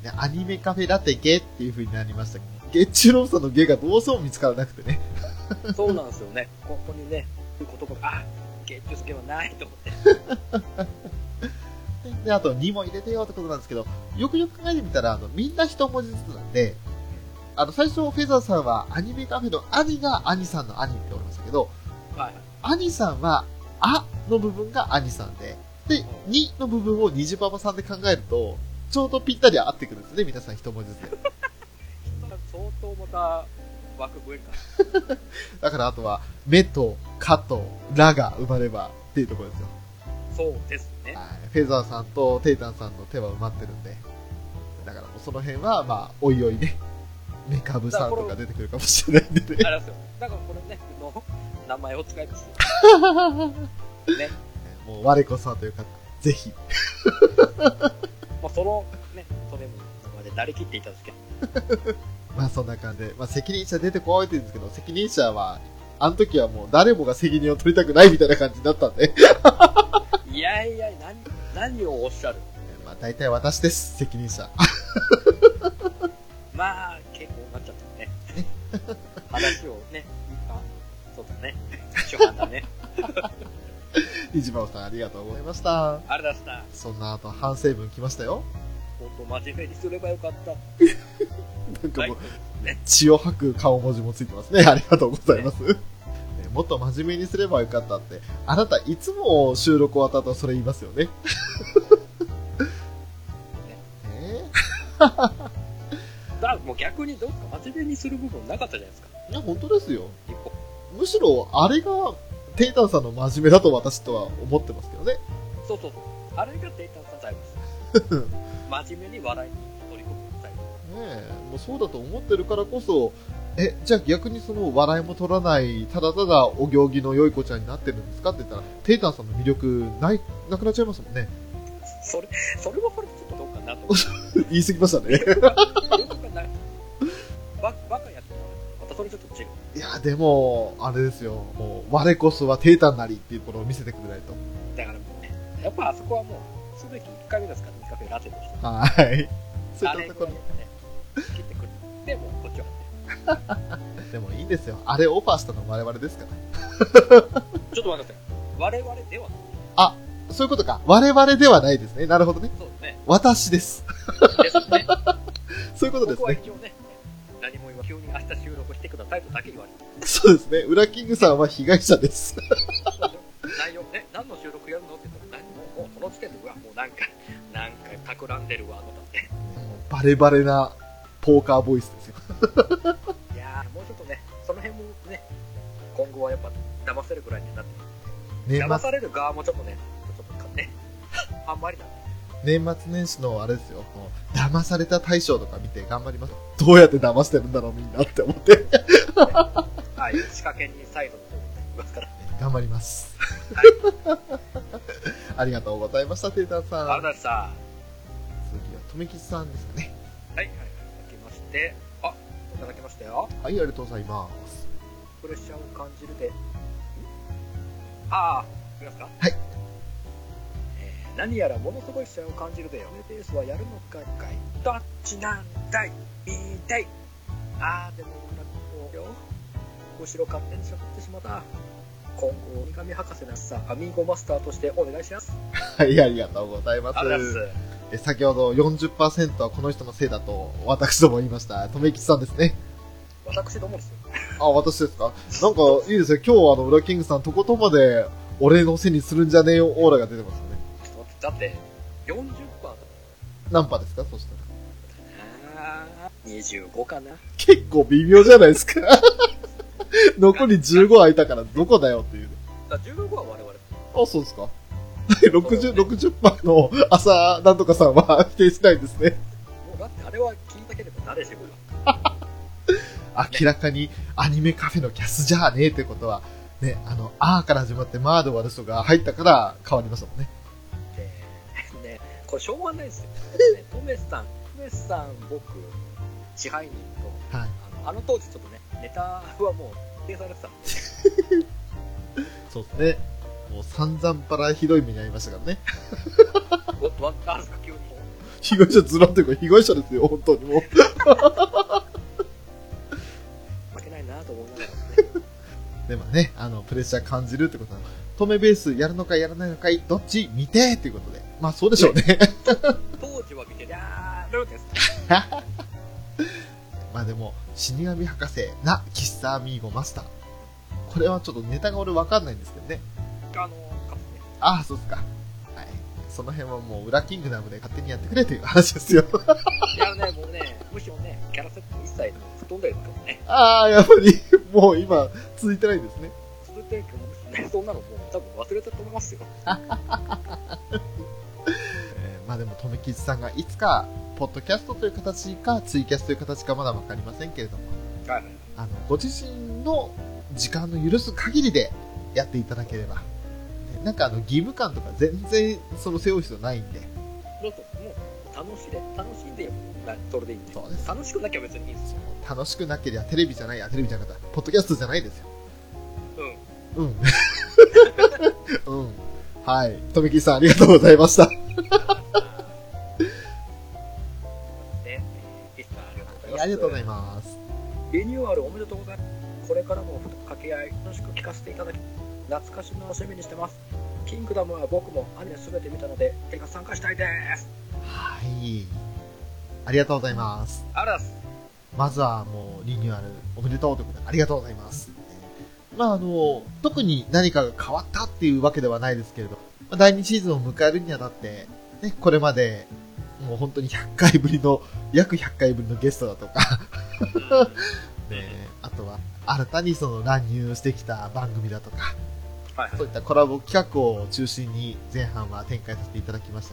ねアニメカフェラテゲっていう風になりましたけど、ゲッチュローさんのゲがどうしても見つからなくてね。そうなんですよね、ここにね、言葉が、あゲッチュスケはないと思って、で、あと2も入れてよってことなんですけど、よくよく考えてみたら、あの、みんな一文字ずつなんで、あの、最初、フェザーさんはアニメカフェの兄が兄さんの兄っておりましたけど、はい、兄さんは、あの部分が兄さんで、で、にの部分を虹パパさんで考えると、ちょうどぴったり合ってくるんですね、皆さん一文字ずつで。相当また枠増えるかだからあとは、目と、かと、らが埋まればっていうところですよ。ら、そうですね、はいフェザーさんとテイタンさんの手は埋まってるんで。だからもうその辺は、まあ、おいおいね。メカブさんとか出てくるかもしれないんでね。あれですよ、だからこれね、の名前を使いますよ。ね、もう我こそはというか、ぜひ。もうその、ね、それも、までなりきっていたんですけど、まあそんな感じで、まあ責任者出てこいって言うんですけど、責任者は、あの時はもう誰もが責任を取りたくないみたいな感じになったんで。 いやいや、何、何をおっしゃるまあ大体私です、責任者。 まあ、結構なっちゃったね。話をね、あ、そうだね。初版だね。じまおさんありがとうございました。あれだした。そんな後反省文来ましたよ。もっと真面目にすればよかった。なんかもう、ね血を吐く顔文字もついて ますね。ありがとうございます。ねもっと真面目にすればよかったって、あなたいつも収録終わった後それ言います よね。ねだからもう逆にどっか真面目にする部分なかったじゃないですか。えいや、本当ですよ。一個。むしろ、あれが、テイタンさんの真面目だと私とは思ってますけどね。そうそうそう。あれがデータのタイプです。真面目に笑いに取り組むタイプ。ねえ、もうそうだと思ってるからこそ、え、じゃあ逆にその笑いも取らない、ただただお行儀の良い子ちゃんになってるんですかって言ったら、テイタンさんの魅力ない、なくなっちゃいますもんね。それ、それはこれちょっとどうかなと思って。 言い過ぎましたね。よくない。 ば、ばかやってもらうまたそれちょっと違う。いや、でも、あれですよ。もう、我こそはテータンなりっていうところを見せてくれないと。だからもうね、やっぱあそこはもう、すべき1回目ですから、2カフェラテとして。はい。そうあいっれたぐとこらいろ。ね、切ってくる。でも、こっちはね、でもいいんですよ。あれをオファーしたのは我々ですから。ちょっと待ってください。我々ではない、そういうことか。我々ではないですね。なるほどね。そうですね。私です。ですね。そういうことです僕はね。一応ね、何も言わ急に明日収録してくださいとだけ言われてそうですね。裏キングさんは被害者です。ます。内容ね、何の収録やるのって言ったら、何も、もうその時点で、うわ、もうなんか、なんか企んでるわ、とかって。バレバレなポーカーボイスですよ。いやー、もうちょっとね、その辺もね、今後はやっぱ、騙せるぐらいになって、年騙末、される側もちょっとね、ちょっとね、あんまりなんで年末年始のあれですよ。こう騙された大賞とか見て頑張ります。どうやって騙してるんだろうみんなって思って。ああいう仕掛けに再度のところにいますから。頑張り ます。ありがとうございました、テータンさん。あなたさ、次は、とめきちさんですかね。はい、はい、いただきまして、あ、いただきましたよ。はい、ありがとうございます。プレッシャーを感じるで。んああ、いきますかはい。えー何やらものすごい試合を感じるでよ。これベースはやるのかかい。どっちなんだい見たい。ああ、でもこんなことよ。後ろ勝手にしゃってしまった。今後、三上博士なさ、アミーゴマスターとしてお願いします。はい、ありがとうございます。す。え先ほど40%はこの人のせいだと、私ども言いました。とめきちさんですね。私どもですよ。あ、私ですかなんか、いいですね。今日はあの、裏キングさん、とことまで、俺のせいにするんじゃねえよ、オーラが出てますよね。ちょっと待って、だって、40%だっ何パーですかそしたら。たな。25かな。結構微妙じゃないですか。 残り15空いたから、どこだよっていう。だから15は我々。あ、そうです か。60、60%の朝なんとかさんは否定しないんですね。もうだってあれは聞いたければ誰しもが。明らかにアニメカフェのキャスじゃねえってことは、ね、あの、あーから始まってまーで終わる人が入ったから変わりましたもんね。でねこれしょうがないですよ、ね、トメスさんトメスさん僕支配人とはい。あのあの当時ちょっとねネタはもう否定されてたんでそうですね。もう散々パラひどい目に遭いましたからね。 おわあるんですか急に被害者ずらっていうか、被害者ですよ、本当にもう。負けないなと思いながらねでもね、あの、プレッシャー感じるってことなの。止めベースやるのかやらないのかい、どっち見てっていうことで。まあそうでしょうね。当時は見てやるんですまあでも、死神博士、な、喫茶アミーゴマスター。これはちょっとネタが俺わかんないんですけどね。あのかつねああ、そうっすか。はい。その辺はもう、裏キングダムで勝手にやってくれという話ですよ。 いやね、もうね、むしろね、キャラ設定一切吹っ飛んでるんですけどね、ああ、やっぱり、もう今、続いてないんですね。続いてるけど、むしろね、そんなのもう多分忘れたと思いますよ。えーまあでも、とめきちさんがいつか、ポッドキャストという形か、ツイキャストという形かまだわかりませんけれども、はい、あの、ご自身の時間の許す限りでやっていただければ。ねなんかあの、義務感とか全然、その背負う必要ないんで。ちょっともう楽しいで、楽しんでよ、なそれでいいんで。そうです楽しくなきゃ別にいいんですよ。楽しくなければテレビじゃないや、テレビじゃなかった。ポッドキャストじゃないですよ。うん。 うん。うん。はい。とめきちさんありがとうございました。ね、いつかありがとうございます。ありがとうございます。リニューアルおめでとうございます。これからも掛け合い、楽しく聞かせていただき、懐かしの楽しみにしてます。キングダムは僕もアニメすべて見たので、映画参加したいです。はい。ありがとうございます。あらす。まずはもうリニューアルおめでとうということでありがとうございます。まああの、特に何かが変わったっていうわけではないですけれど、まあ第2シーズンを迎えるにあたって、ね、これまでもう本当に100回ぶりの、約100回ぶりのゲストだとか、ね、あとは新たにその乱入してきた番組だとか、はいそういったコラボ企画を中心に前半は展開させていただきまし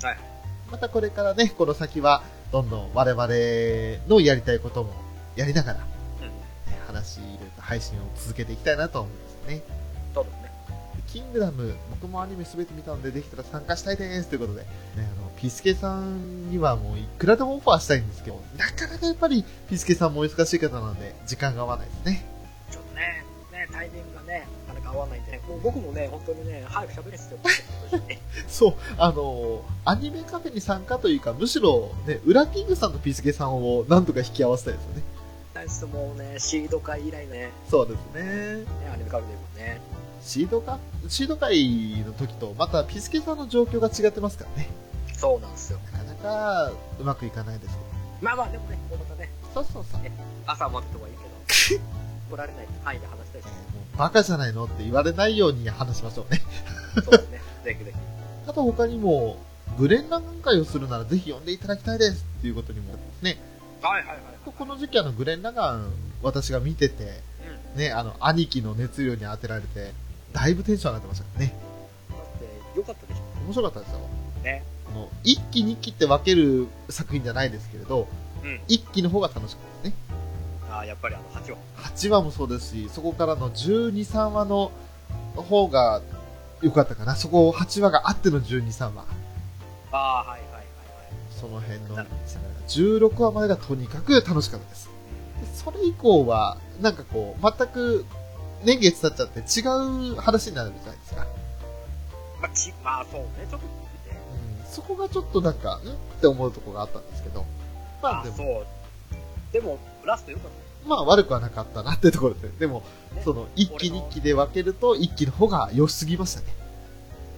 た。はい。またこれからね、この先はどんどん我々のやりたいこともやりながら、ね、話、配信を続けていきたいなと思うんですよね。そうですね。キングダム、僕もアニメすべて見たので、できたら参加したいですということで、ね、あの、ピスケさんにはもういくらでもオファーしたいんですけど、なかなかやっぱりピスケさんもお忙しい方なので、時間が合わないですね。ちょっとね、ねタイミングがね、なかなか合わないんで、もう僕もね、本当にね、早く喋れ っすよ、 そう、あのーアニメカフェに参加というか、むしろ、ね、ウラキングさんとピスケさんをなんとか引き合わせたいですよね。ナイスもうね、シード会以来ね、そうですね。ねアニメカフェでもね、シードか、シード会の時と、またピスケさんの状況が違ってますからね。そうなんですよ。なかなかうまくいかないですけまあまあ、でもね、こうまたね、ど。そうそう そう。朝待ってた方がいいけど、来られない範囲で話した いしえー、もうバカじゃないのって言われないように話しましょうね。そうですね、ぜひぜひ。あと他にも、ブレンダン会をするならぜひ呼んでいただきたいですっていうことにも、ね、はいはいはい。この時期あのグレン・ラガン私が見てて、ね、あの兄貴の熱量に当てられてだいぶテンション上がってましたからねだって、よかったでし面白かったですよょ。ね。あの1期2期って分ける作品じゃないですけれどうん。 1期の方が楽しかったですねああ、やっぱりあの、8話。 8話もそうですしそこからの123話の方が良かったかなそこ8話があっての123話ああ、はいはいはいはい。その辺のなるほ16話までがとにかく楽しかったです。でそれ以降は、なんかこう、全く年月経っちゃって違う話になるじゃないですか。まあ、ち、まあそうね、ちょっと見て。うん、そこがちょっとなんか、んって思うところがあったんですけど、まああであ、そも、う。でも、ラストよかっまあ悪くはなかったなってところで、でも、たね。その一期二期で分けると一期の方が良すぎましたね。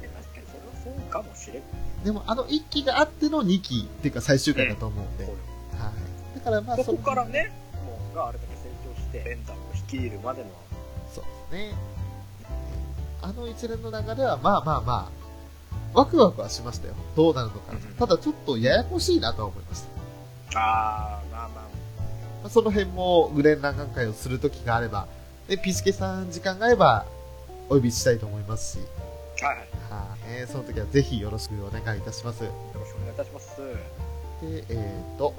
ね確かに、それはそうかもしれん。でもあの一期があっての二期っていうか最終回だと思うんで、そうよはい。だからまあそこのからね、もうがあれだけ成長して、ベンダーを率いるまでの、そうですね。あの一連の流れは、まあまあまあ、ワクワクはしましたよ。どうなるのかうん。ただちょっとややこしいなとは思いました。あー、まあままあその辺もグレン覧覧会をする時があれば、で、ピスケさん時間があれば、お呼びしたいと思いますし、あ、はい、よはい、えーその時はぜひよろしくお願いいたします。で、ろしくお願いいたします。えっ、と、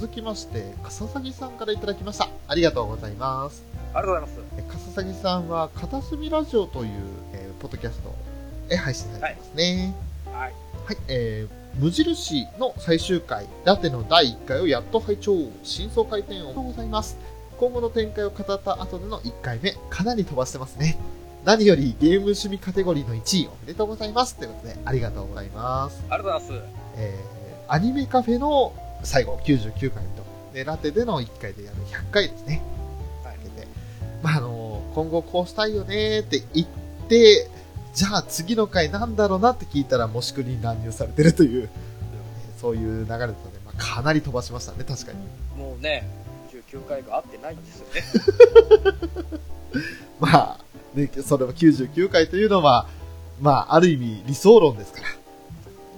続きまして、笠崎さんからいただきました。ありがとうございます。ありがとうございます。え笠崎さんは、片隅ラジオという、えーポッドキャストをえ配信されてますね。はい。はい、えー、無印の最終回、ラテの第1回をやっと拝聴、真相回転おめでとうございます。今後の展開を語った後での1回目、かなり飛ばしてますね。何よりゲーム趣味カテゴリーの1位おめでとうございます。ということで、ありがとうございます。ありがとうございえー、アニメカフェの最後、99回と、でラテでの1回でやる100回ですね。ます。はい。でまああの今後こうしたいよねって言ってじゃあ次の回なんだろうなって聞いたらもしくりに乱入されてるという、えーそういう流れだったので、まあ、かなり飛ばしましたね確かにもうね、19回が合ってないんですよ ね。まあ、ね、それは99回というのはまあある意味理想論ですから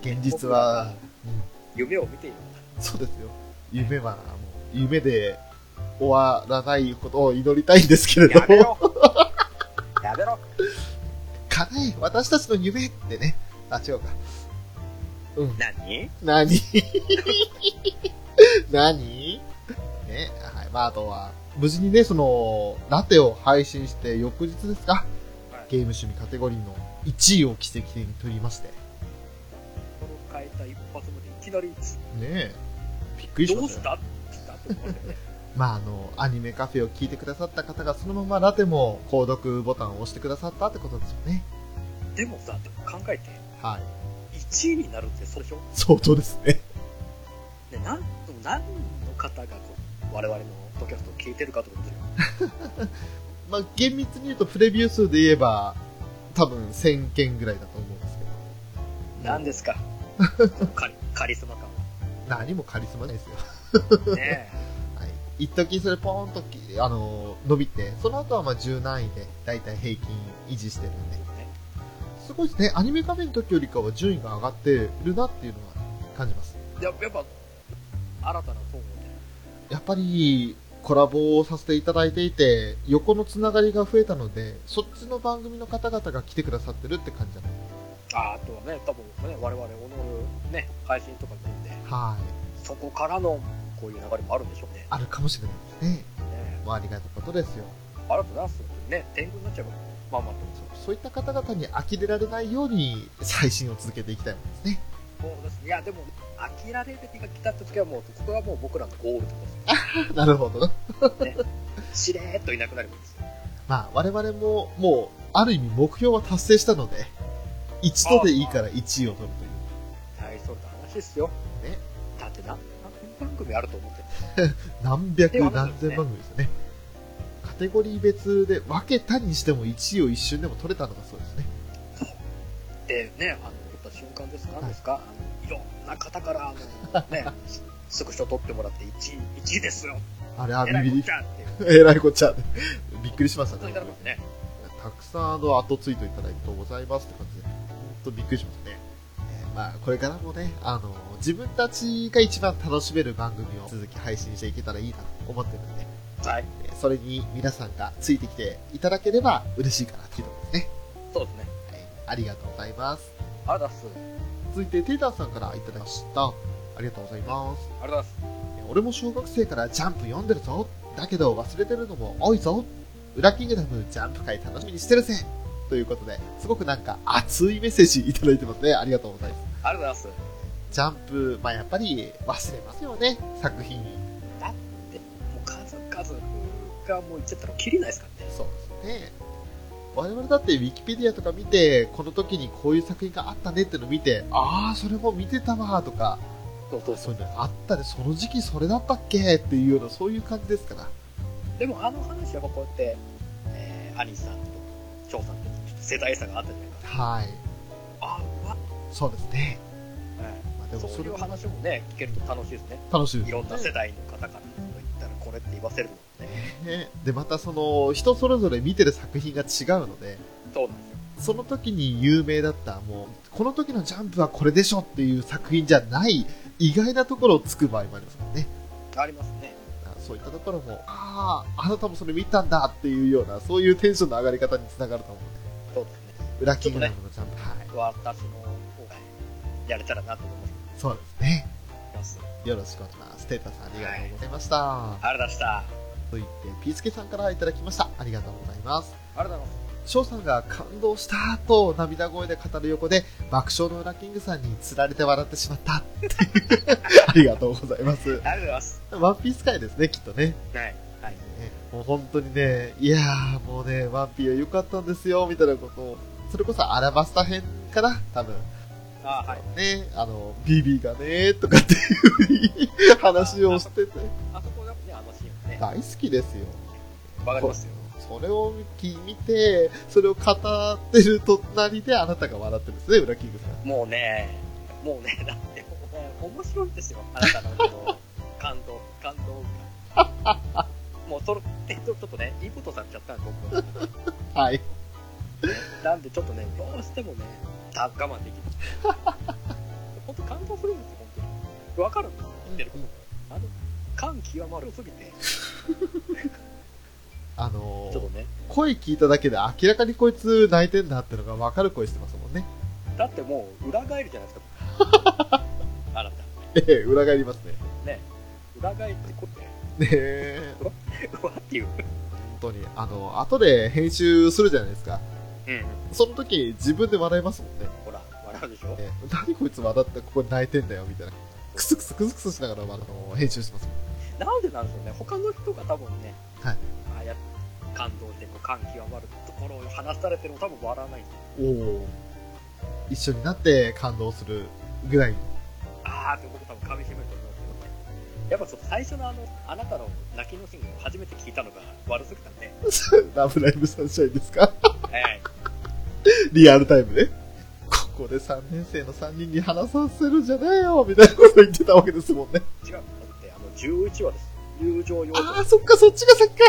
現実は、夢を見ている。うんそうですよ夢はもう夢で終わらないことを祈りたいんですけれど もやめろやめろ叶え私たちの夢ってねあ違うかうん何何 何ね、はい。まあ、あとは、無事にね、その、ラテを配信して翌日ですか、はいゲーム趣味カテゴリーの1位を奇跡的に取りまして。この変えた一発目でいきなり、ねえ。びっくりしどまうししたよ。たしたって思ってね。まあ、あの、アニメカフェを聞いてくださった方がそのままラテも購読ボタンを押してくださったってことですよね。でもさ、でも考えて、はい。 1位になるって、それひょ、相当ですね。ね、なんでも何の方がこう、我々のポッドキャストを聞いてるかと思ってるよ。 まあ、厳密に言うとプレビュー数で言えば、多分1000件ぐらいだと思うんですけど。何です かカリカリスマ感何もカリスマないですよ。 は。ねはい、一時それポーンとき、あのー伸びて、その後はまあ10何位で大体平均維持してるんで、すごいですね、アニメ画面の時よりかは順位が上がってるなっていうのは感じます。え。ややっぱ、新たな本をね、やっぱりコラボをさせていただいていて、横のつながりが増えたので、そっちの番組の方々が来てくださってるって感じじゃないああとはね、多分ね、我々、おのるね、配信とか見て、はい。そこからの、こういう流れもあるんでしょうね。あるかもしれないですね。ねまあ、ありがたいことですよ。ありがとうございます。ね、天狗になっちゃうから、まあまあと。そうそういった方々に呆れられないように、最新を続けていきたいもんですね。 そうですね。いや、でも、飽きられる日が来た時はもう、ここはもう僕らのゴールとかなるほどな。です。しれーっといなくなるんですよ。まあ、我々も、もう、ある意味目標は達成したので、一度でいいから1位を取る大層な話ですよ。という。ね。だってな、何番組あると思って。何百何千番組ですよね。カテゴリー別で分けたにしても1位を一瞬でも取れたのがそうですね。でね、あの、撮った瞬間ですか、なんですか、あの、いろんな方から、 あの、ね、すスクショ撮ってもらって、1位、1位ですよ。あれはえらいビこビ っりち。ゃっていう。えらいこっちゃ。びっくりしました本当ねになります。ね。たくさんあの後ツイートいただいてございますって感じで、本当びっくりしましたね。えーまあ、これからもね、あの、自分たちが一番楽しめる番組を続き配信していけたらいいなと思ってるんで、はい。えーそれに皆さんがついてきていただければ嬉しいかなというところですね。そうですね。はい、ありがとうございます。ありがとうございます。続いて、テーターさんからいただきました。ありがとうございます。ありがとうございえー俺も小学生からジャンプ読んでるぞ。だけど忘れてるのも多いぞ。裏キングダムジャンプ会楽しみにしてるぜ。ということで、すごくなんか熱いメッセージいただいてますね。ありがとうございます。ます。ありがとうございます。ジャンプ、まあやっぱり忘れますよね。作品に。もう数々がもう言っちゃったら切りないですからね。そうですね。我々だってウィキペディアとか見て、この時にこういう作品があったねっての見て、ああ、それも見てたわーとか、そうそうそういうのあったね、その時期それだったっけっていうような、そういう感じですから。でもあの話はこうやって、えー、兄さんと長さんと世代差があったじゃないですか。はい。あうわ、そうですね。はまあ、でい、もそそういれうは話もね、聞けると楽しいですね。楽しいですいよろねんな世代の方から、そう言ったらこれって言わせるのもね。ねで、またその、人それぞれ見てる作品が違うので、そうなんですよ。その時に有名だった、もう、この時のジャンプはこれでしょっていう作品じゃない、意外なところをつく場合もありますからね。ありますね。そういったところも、ああ、あなたもそれ見たんだっていうような、そういうテンションの上がり方につながると思う。そうですね。裏キングダムのジャンプ、はい。私の方がやれたらなと思いそうですね。ます。よろしくお願いします。テータスありがとうございました。あれ出した。続いて、ピースケさんからいただきました。ありがとうございます。あれだろ。翔さんが感動したと涙声で語る横で爆笑の裏キングさんにつられて笑ってしまった っていうありがとうございますありがとうございます。ワンピース界ですねきっとねはい。はい。ねもう本当にねいやーもうねワンピーは良かったんですよみたいなことをそれこそアラバスタ編かな多分あーはい。ねあの BB がねとかっていう風に話をしててあそこだもんね、あのシーンね。大好きですよわかりますよ。それを見てそれを語ってる隣であなたが笑ってるんですね裏キングさんもうね、もうね、 だってもうね、面白いですよ。あなたのこの感動、 感動が。もうその、えっとちょっとね、いいことされちゃったんで、僕は。はいなんでちょっとね、どうしてもね、た我慢できない。本当感動するんですよ、本当に。わかるんですよ、言ってること。あの、感極まるすぎて、ちあのーょっとね。声聞いただけで明らかにこいつ泣いてんだってのが分かる声してますもんね。だってもう、裏返りじゃないですか。あなた。ええ、裏返りますね。ね。裏返ってこって、ねえ、うわっていう。本当に。あの、後で編集するじゃないですか。うん。その時自分で笑いますもんね。ほら、笑うでしょね何こいつ笑ってここに泣いてんだよみたいな。クスクスクスクスしながら、あの編集しますもん。なんでなんでしょうね、他の人が多分ね、はいああやって感動してこう感極まるところを話されても多分笑わないんですよおお。一緒になって感動するぐらい。あーって僕多分噛み締めると思うんですけどね。やっぱちょっと最初のあの、あなたの泣きのシーンを初めて聞いたのが悪すぎたんで、 ラブライブサンシャインですかはい、リアルタイムね。ここで3年生の3人に話させるんじゃねえよみたいなこと言ってたわけですもんね。違う。だってあの、11話です。友情要素。ああ、そっか、そっちが先か。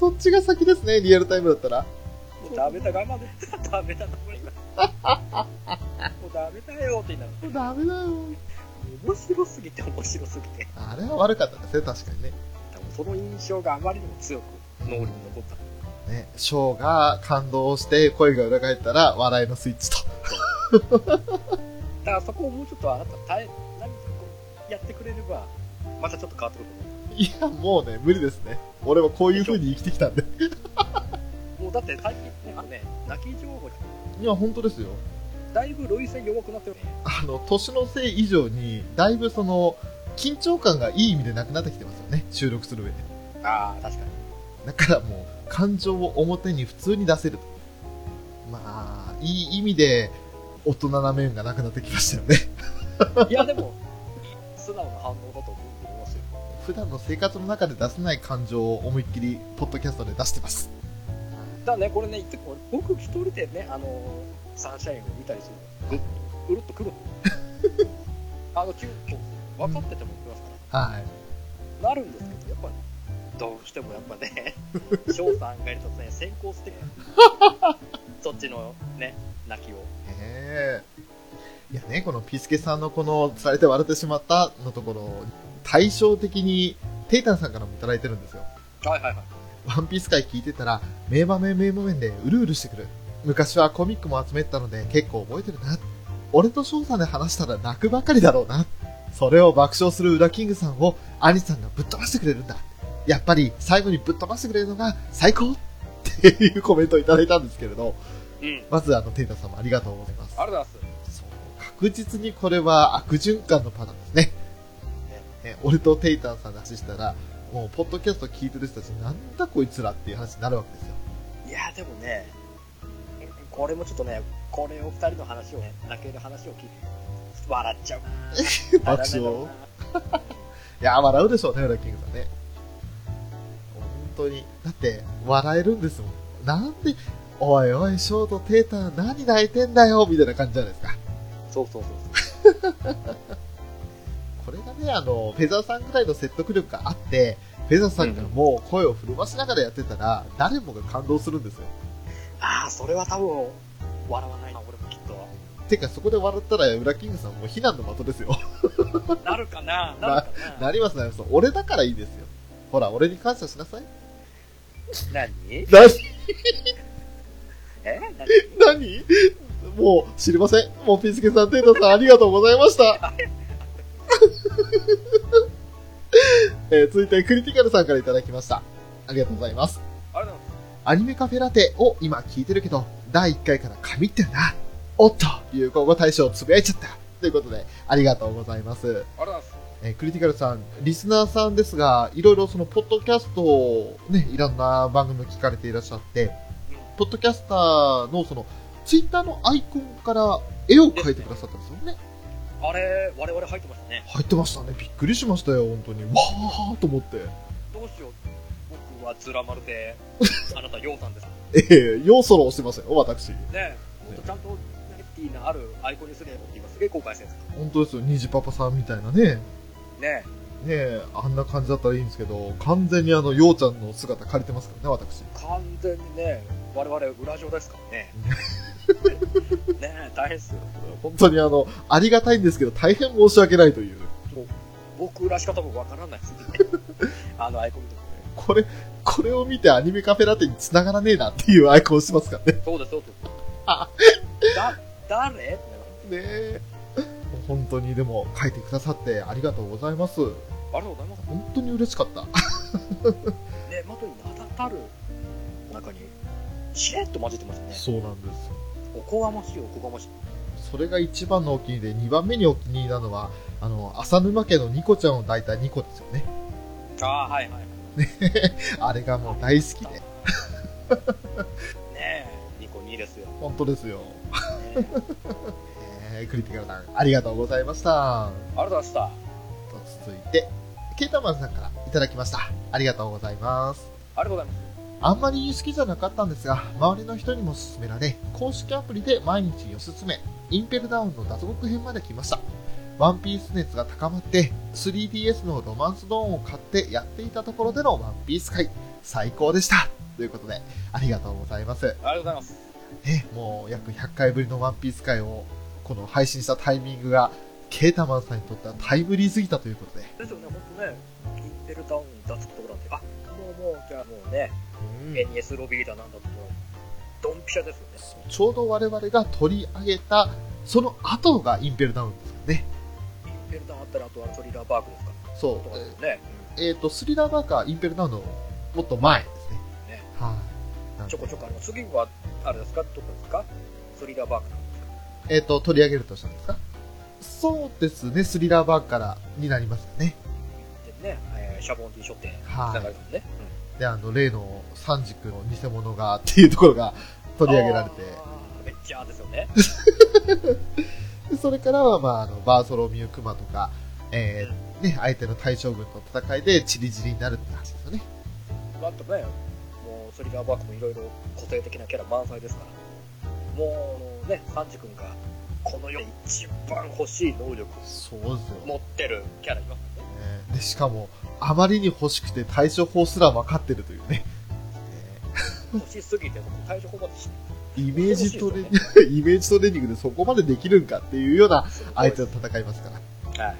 そっちが先ですね、リアルタイムだったら。もうダメだ、我慢で。 ダメだ、これ今。もうダメだよって言いながもうダら、メだよ。面白すぎて面白すぎて。あれは悪かったですね、確かにね。多分その印象があまりにも強く脳裏に残った。ね、ショーが感動して声が裏返ったら笑いのスイッチと。だからそこをもうちょっとあなた耐え何かこうやってくれればまたちょっと変わってくると思いや、もうね、無理ですね。俺はこういう風に生きてきたんで。うもうだって最近ねあのね泣き情報いや、本当ですよ。だいぶ類線弱くなってるねあの、年のせい以上に、だいぶその、緊張感がいい意味でなくなってきてますよね、収録する上で。ああ確かにだからもう、感情を表に普通に出せると。まあ、いい意味で、大人な面がなくなってきましたよね。 いやでも素直な反応だと思うと思いますよ普段の生活の中で出せない感情を思いっきりポッドキャストで出してますだからねこれね結構僕一人でねあのサンシャインを見たりするのぐうるっと くるのあの急に分かってても来ますから、はいなるんですけど、やっぱりどうしてもやっぱ ね、翔さんがいるとね、先行 して、そっちのね、泣きを。へえいやねこのピースケさんのこの「伝えて笑ってしまった」のところ対照的にテイタンさんからもいただいてるんですよはいはいはい。ワンピース界聞いてたら名場面名場面でうるうるしてくる昔はコミックも集めてたので結構覚えてるな俺と翔さんで話したら泣くばかりだろうなそれを爆笑する裏キングさんをアニさんがぶっ飛ばしてくれるんだやっぱり最後にぶっ飛ばしてくれるのが最高っていうコメントをいただいたんですけれどうん。まずあのテイタ様ありがとうございますありがとうございます。そう確実にこれは悪循環のパターンですね。ね俺とテイタンさんの話したら、もう、ポッドキャスト聞いてる人たち、なんだこいつらっていう話になるわけですよ。いや、でもね、これもちょっとね、これを二人の話をね、泣ける話を聞いて、笑っちゃ うな。爆笑あららららいや、笑うでしょうね、裏キングさんね。本当に。だって、笑えるんですもん。なんで、おいおい、ショート、テイタン、何泣いてんだよ、みたいな感じじゃないですか。そうそうそうそこれがね、あの、フェザーさんぐらいの説得力があって、フェザーさんがもう声を震わしながらやってたら、誰もが感動するんですよ。う。ああ、それは多分、笑わないな、俺もきっと。てか、そこで笑ったら、裏キングさんもう非難の的ですよ。 なるかな、なるかなな。りますなります。俺だからいいですよ。ほら、俺に感謝しなさい。何何え何何もう知りません。もうピースケさん、テイタさん、ありがとうございました。えー続いてクリティカルさんからいただきました。ありがとうございます。あれなんですアニメカフェラテを今聞いてるけど、第1回から神ってるな。おっと、流行語大賞つぶやいちゃった。ということで、ありがとうございます。あれなんですえークリティカルさん、リスナーさんですが、いろいろその、ポッドキャストをね、いろんな番組を聞かれていらっしゃって、ポッドキャスターのその、ツイッターのアイコンから絵を描いてくださったんですよね。あれ我々入ってましたね入ってましたね。びっくりしましたよ、本当に。わーと思って。どうしよう僕はズラ丸であなたようさんですねええ要素を押してましたよ、私。えもっとちゃんとナリティのあるアイコンにすればって今すげえ後悔してるんですか本当ですよ、虹パパさんみたいなね。ねえねえ、あんな感じだったらいいんですけど、完全にあの、ようちゃんの姿借りてますからね、私。完全にね我々裏情ですからねねえ大変ですよ本当にあの、ありがたいんですけど、大変申し訳ないという。僕らしか多分わからないですねあのアイコン見てもねこれ、これを見てアニメカフェラテに繋がらねえなっていうアイコンしてますからね。そうですそうあですだ誰ってなるねえ。本当にでも書いてくださってありがとうございます。ありがとうございます本当に嬉しかった。ねまとに名だたる中にしれっと混じってますねそうなんですよ。おこがましいおこがましいそれが一番のお気に入りで、二番目にお気に入りなのは、あの、浅沼家のニコちゃんを抱いたニコですよね。ああはいはいあれがもう大好きで。ねえニコニーですよ、 ね本当ですよ。え、えークリティカルさん、ありがとうございました。ありがとうございましたと続いて、ケータマンさんからいただきました。ありがとうございます。ありがとうございますあんまり好きじゃなかったんですが、周りの人にも勧められ、公式アプリで毎日おすすめ、インペルダウンの脱獄編まで来ました。ワンピース熱が高まって、3DS のロマンスドーンを買ってやっていたところでのワンピース会、最高でした。ということで、ありがとうございます。ありがとうございますね、もう約100回ぶりのワンピース会を、この配信したタイミングが、ケータマンさんにとってはタイムリーすぎたということで。ですよね本当ねインペルタウン脱出とこなんてあもうもうじゃあもうね、NS ロビーだなんだとかドンピシャですよねちょうど我々が取り上げた、その後がインペルダウンですかね。インペルタウンあったらあとはトリラーバークですかそとかう。ですね、えっ、と、スリラーバーカー、インペルダウンのもっと前ですね。ねはい、ちょこちょこあります次はあれですかどこですかトリラーバークえっ、と、取り上げるとしたんですかそうですね、スリラーバーカーになりますかね。でね、えーシャボンティーショッテンつながはるもんね、うんい。で、あの、例の三軸の偽物がっていうところが取り上げられて、あーめっちゃですよね。でそれからは、まあ、あの、バーソロミュークマとか、えーね、相手の大将軍との戦いでチリチリになるって話ですよね。あとね、もうスリラーバークもいろいろ個性的なキャラ満載ですから、もうね、サンジ君がこの世で一番欲しい能力をそうですよ。持ってるキャラいますよね。ねでしかも、あまりに欲しくて対処法すら分かってるというね。欲しすぎて、僕対処法まで知ってイメージトレーニング、イメージトレーニングでそこまでできるんかっていうような相手と戦いますから。はい。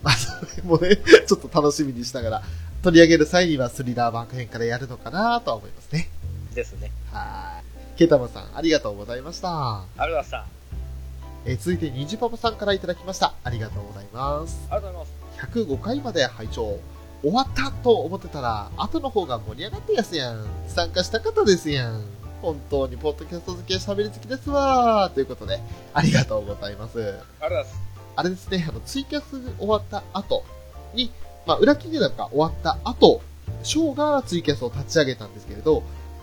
まあ、それもね、ちょっと楽しみにしながら、取り上げる際にはスリラーバーク編からやるのかなとは思いますね。ですね。はい。ケタマさん、ありがとうございました。ありがとうございました。あえー続いて、ニジパパさんからいただきました。ありがとうございます。りがとうございます。 105回まで拝聴終わったと思ってたら後の方が盛り上がってやすやん参加したかったですやん本当にポッドキャスト好きは喋り好きですわーということでありがとうございますありがとうございます。あれですねあのツイキャス終わった後に、まあ、裏切りなんか終わった後ショーがツイキャスを立ち上げたんですけれど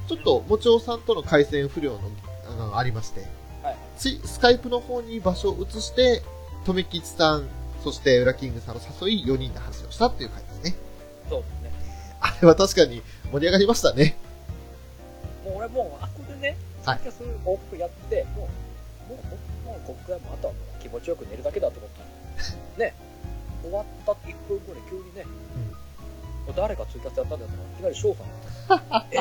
ちょっともちおさんとの回線不良のあのありましてはい。ついスカイプの方に場所を移して、とめきちさん、そして裏キングさんを誘い4人で話をしたっていう感じですね。そうですね。あれは確かに盛り上がりましたね。もう俺もう、あそこでね、ツはいイキャス往復やって、もう、もう、もう、もう、こっからもうあとはもう気持ちよく寝るだけだと思 ったら、ね、終わった1分後に急にね、もう誰がツイキャスやったんだよって、いきなり翔さんが、 え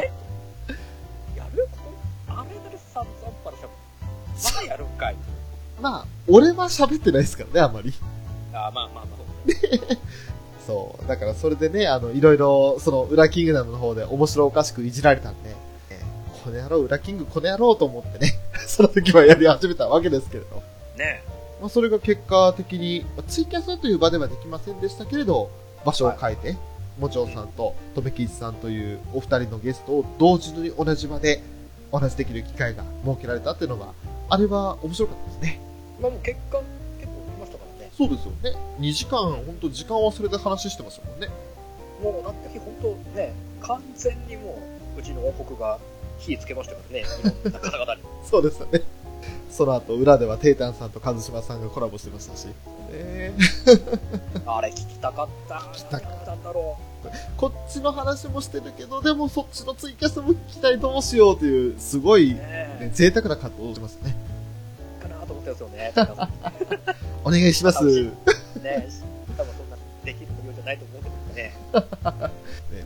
やるここあれだけ散々パラしゃまだやるんかい。 まあ、俺は喋ってないですからね、あまり。 あーまあまあまあ、そうね。そう。だからそれでね、あの、いろいろ、その、裏キングダムの方で面白おかしくいじられたんで、えーこの野郎、裏キング、この野郎と思ってね、 その時はやり始めたわけですけれど。ねまあ、それが結果的に、まあツイキャスという場ではできませんでしたけれど、場所を変えて、もちおさんと、とめきちさんというお二人のゲストを同時に同じ場でお話しできる機会が設けられたっていうのが、あれは面白かったですね。まあもう結果、結構見ましたからね。そうですよね。2時間、本当時間忘れて話してますもんね。もうだって本当ね、完全にもう、うちの王国が火つけました からね、いろんな方々に。 そうですよね。その後、裏ではテイタンさんと一島さんがコラボしてましたし。ねあれ聞きたかった。聞きたかったんだろ。、こっちの話もしてるけど、でもそっちのツイキャスも聞きたいどうしようという、すごいうねね、贅沢な活動をしましたね。え。かなと思ってますよね。皆さお願いします。楽しいねんね多分そんなできるようじゃないと思うけどね。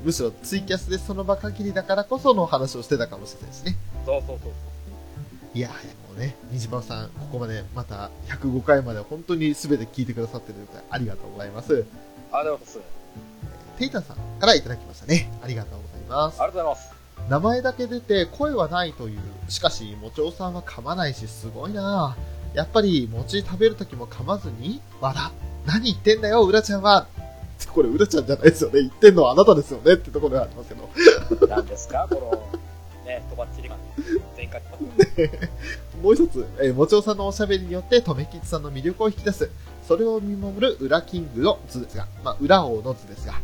むしろツイキャスでその場限りだからこその話をしてたかもしれないですね。そうそうそう。いや、もうね、にじまさん、ここまでまた105回まで本当に全て聞いてくださってるのでありがとうございます。ありがとうございます。テイタンさんからいただきましたね。ありがとうございますあ。りがとうございます。名前だけ出て声はないという。しかし、もちおさんは噛まないし、すごいなやっぱり、餅食べるときも噛まずに、笑。何言ってんだよ、うらちゃんは。これ、うらちゃんじゃないですよね。言ってんのはあなたですよね。ってところではありますけど。 何ですか、 この、ね、とばっちりが。前回のもう一つ、えー、もちおさんのおしゃべりによって、とめきちさんの魅力を引き出す。それを見守る、裏キングの図ですが、まあ、裏王の図ですが、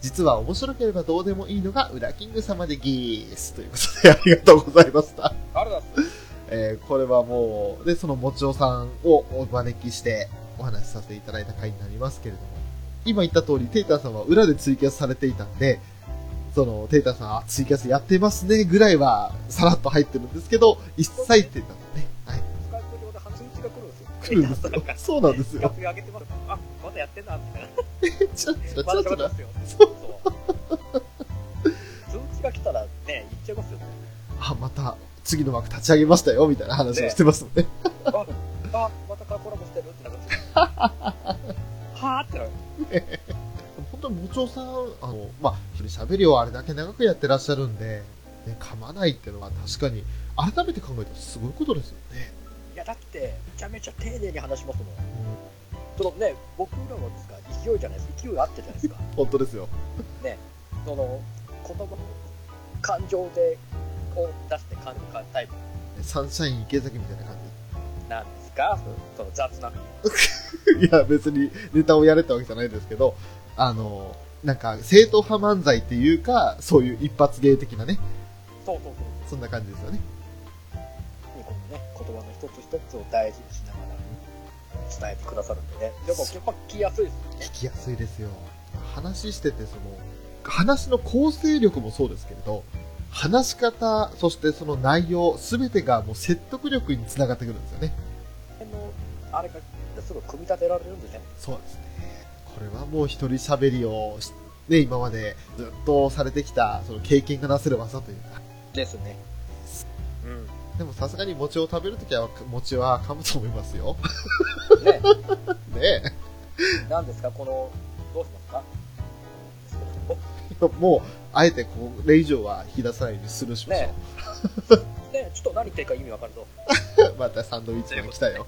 実は面白ければどうでもいいのが、裏キング様でギース。ということで、ありがとうございました。ありがとうございます。えーこれはもう、で、そのもちおさんをお招きしてお話しさせていただいた回になりますけれども、今言った通り、テイタンさんは裏でツイキャスされていたんで、その、テイタンさん、あツイキャスやってますね、ぐらいは、さらっと入ってるんですけど、一切テイタンさんね、はい、スカイプ上で話が来るんですよ。来るんですよ。そうなんですよ。楽上げてます。あ、まだやってんな、みたいな。ちらちらまちらだ喋っちてらま。すよ。そうそう。通知が来たらね、言っちゃいますよね。あ、また、次の枠立ち上げましたよ、みたいな話をしてますので、あ、あ、またコラボしてるってなるん ですよ。はぁってなる。本当にもちおさん、あの、まあ、一人喋りをあれだけ長くやってらっしゃるんで、ね、噛まないっていうのは確かに、改めて考えたらすごいことですよね。いや、だって、めちゃめちゃ丁寧に話しますもん。そのね、僕らはですか、勢いじゃないですか。勢いあってじゃないですか。本当ですよ。その、言葉の感情で、を出して感じるタイプサンシャイン池崎みたいな感なんですかその雑な。 じ。いや、別にネタをやれたわけじゃないですけど、あの、なんか、正統派漫才っていうか、そういう一発芸的なね、そうそうそう。そんな感じですよね。にこのね、言葉の一つ一つを大事にしながら伝えてくださるんでね。でもやっぱ聞きやすいですよね。聞きやすいですよ。話してて、その、話の構成力もそうですけれど、話し方、そしてその内容、すべてがもう説得力につながってくるんですよね。あの、あれがすぐ組み立てられるんですね。そうですね。これはもう一人喋りをし、ね、今までずっとされてきた、その経験がなせる技というか。ですね。うん。でもさすがに餅を食べるときは、餅は噛むと思いますよ。ね、 ねえ何ですか、この、どうしますかもう、あえてこれ以上は引き出さないようにするしましょう。ねねちょっと何言ってるか意味わかるぞ。またサンドイッチが来たよ。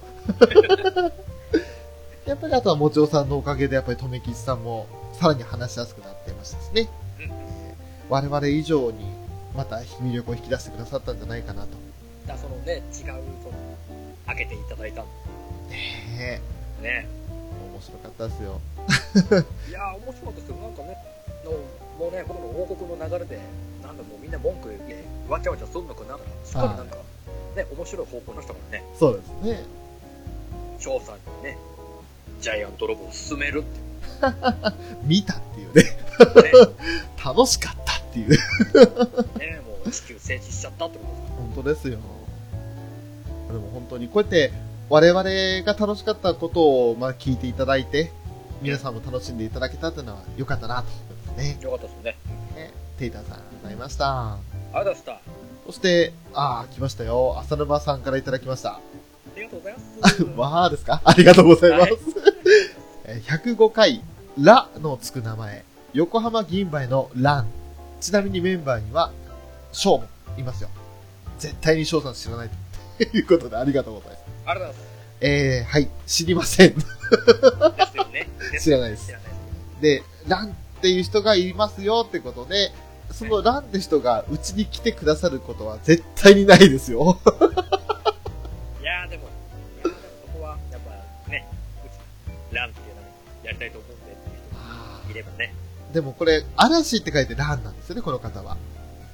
やっぱりあとはもちおさんのおかげで、やっぱりとめきちさんもさらに話しやすくなってましたしね。うん我々以上にまた魅力を引き出してくださったんじゃないかなと。だからそのね、違う、その、開けていただいたんねでえね。面白かったですよ。いやー、面白かったですけど、なんかね、のもうね、この王国の流れで、なんかもうみんな文句言って、わちゃわちゃすんのかなとか、しっかりなんか、ね、面白い方向の人からね、そうですね。翔さんにね、ジャイアントロボを進めるって見たっていうね。言って楽しかったっていう。ね、 ね、もう地球静止しちゃったってことですか本当ですよ。でも本当にこうやって我々が楽しかったことをまあ聞いていただいて、皆さんも楽しんでいただけたっていうのは良かったなと思いますね。ら。よかったですね。ねテイタンさん、ありがとうございました。ありがとうございました。あそして、ああ、来ましたよ。浅沼さんからいただきました。 りがとうござい ます。わーですかありがとうございます。はいえー105回、ラのつく名前、横浜銀杯のラン。ちなみにメンバーには、翔もいますよ。絶対に翔さん知らないと。ということで、ありがとうございます。ありがとうございます。えー、はい、知りません。 ですよね。知らないです知らないでで、すランっっていう人がいますよってことで、そのランって人がうちに来てくださることは絶対にないですよ。 いやーでも、いやーでもそこは、やっぱね、うちランっていうのをやりたいと思うんでっていう人いればね。でもこれ、嵐って書いてランなんですよね、この方は。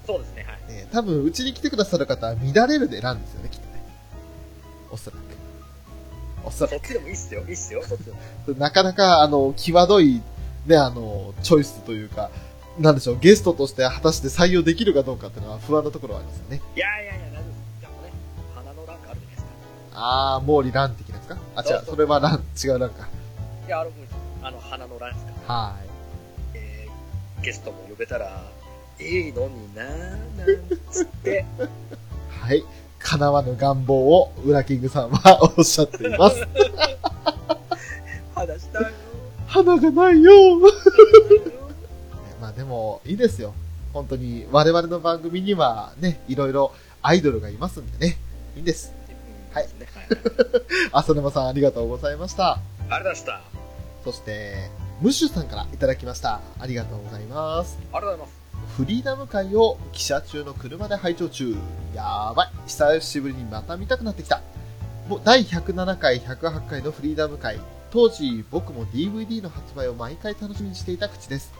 そうですね、はい。ね、多分、うちに来てくださる方は乱れるでランですよね、きっとね。おそらく。おそらそっちでもいいっすよ、いいっすよ、そっちでも。く。なかなか、あの、際どい、ね、あの、チョイスというか、なんでしょう、ゲストとして果たして採用できるかどうかっていうのは不安なところはありますよね。いやいやいや、大丈夫です。でもね、花のランがあるじゃないですか。あー、毛利ラン的なやつかあ、違う、それはラン、違うランか。いや、あれもいいです。あの、花のランですか。はーい。えー、ゲストも呼べたら、いいのになーなんつって、はい。叶わぬ願望を、ウラキングさんはおっしゃってい ます。話したいよ花がないよー。まあでも、いいですよ。本当に、我々の番組にはね、いろいろアイドルがいますんでね。いいんです。はいうん。ねはい浅沼さんありがとうございました。ありがとうございました。あそして、ムッシュさんからいただきました。ありがとうございます。りがとうございます。フリーダム会を汽車中の車で拝聴中。やばい。久しぶりにまた見たくなってきた。もう第107回、108回のフリーダム会。当時僕も DVD の発売を毎回楽しみにしていた口です。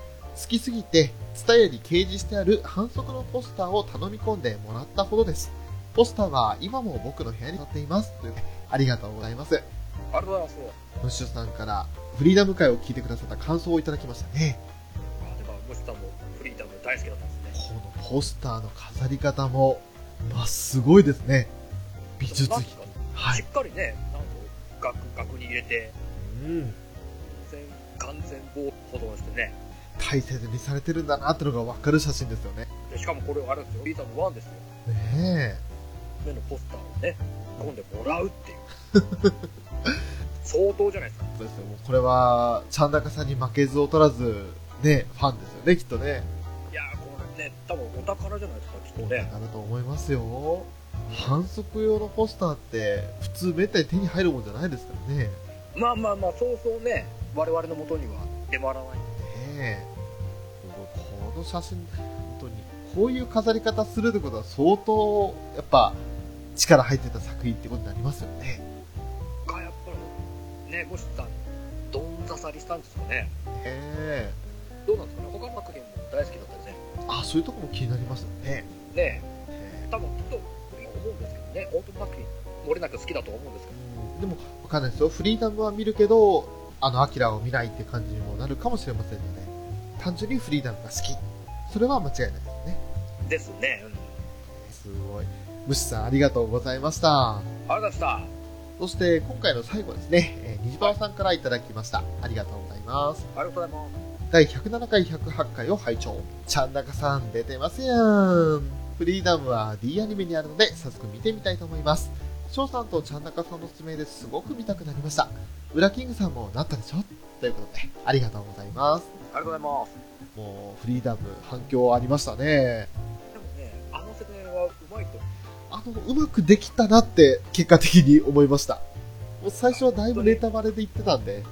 好きすぎて、ツタヤに掲示してある反則のポスターを頼み込んでもらったほどです。ポスターは今も僕の部屋に飾っています。というありがとうございます。ありがとうございます。ムッシュさんからフリーダム会を聞いてくださった感想をいただきましたね。あ、でも、もしさんもフリーダム大好きだったんですこね。のポスターの飾り方も、まあ、すごいですね。美術なん品か。はしい。っかりね、なんと、額、額に入れて、うん。全完全防保存してね。大切にされてるんだなってのがわかる写真ですよね。でしかもこれ、あれですよ、フリーダム1ですよ。ね目のポスターをね、込んでもらうっていう。 相当じゃないですかえ。。そうですよ。もうこれは、ちゃんだかさんに負けず劣らず、ね、ファンですよね、きっとね。いやー、これね、多分お宝じゃないですか、きっとおね。宝だと思いますよ。反則用のポスターって、普通めったに手に入るもんじゃないですからね。まあまあまあ、そうそうね、我々の元には出回らない。ねえこの写真本当にこういう飾り方するってことは相当やっぱ力入ってた作品ってことになりますよねが、やっぱりね、もしさん、どんざさりしたんですかね。ねえどうなんですかね、他の作品も大好きだったよね。あそういうとこも気になりますよねねねええ、多分きっと、思うんですけどね、オートマ作品、漏れなく好きだと思うんですけうど。んでもわかんないですよフリーダムは見るけどあのアキラを見ないって感じにもなるかもしれませんよね単純にフリーダムが好きそれは間違いないですねですね、うん。すごいムシさんありがとうございましたありがとうございまそして今回の最後ですね、えー、虹パさんからいただきましたありがとうございますした。ありがとうございます。第107回108回を拝聴ちゃんだかさん出てますやんフリーダムは D アニメにあるので早速見てみたいと思います翔さんとちゃんだかさんの説明ですごく見たくなりました裏キングさんもなったでしょということでありがとうございますありがとうございます。もうフリーダム反響ありましたねでもね、あの説明はうまいと。あのうまくできたなって結果的に思いましたもう最初はだいぶネタバレで言ってたんで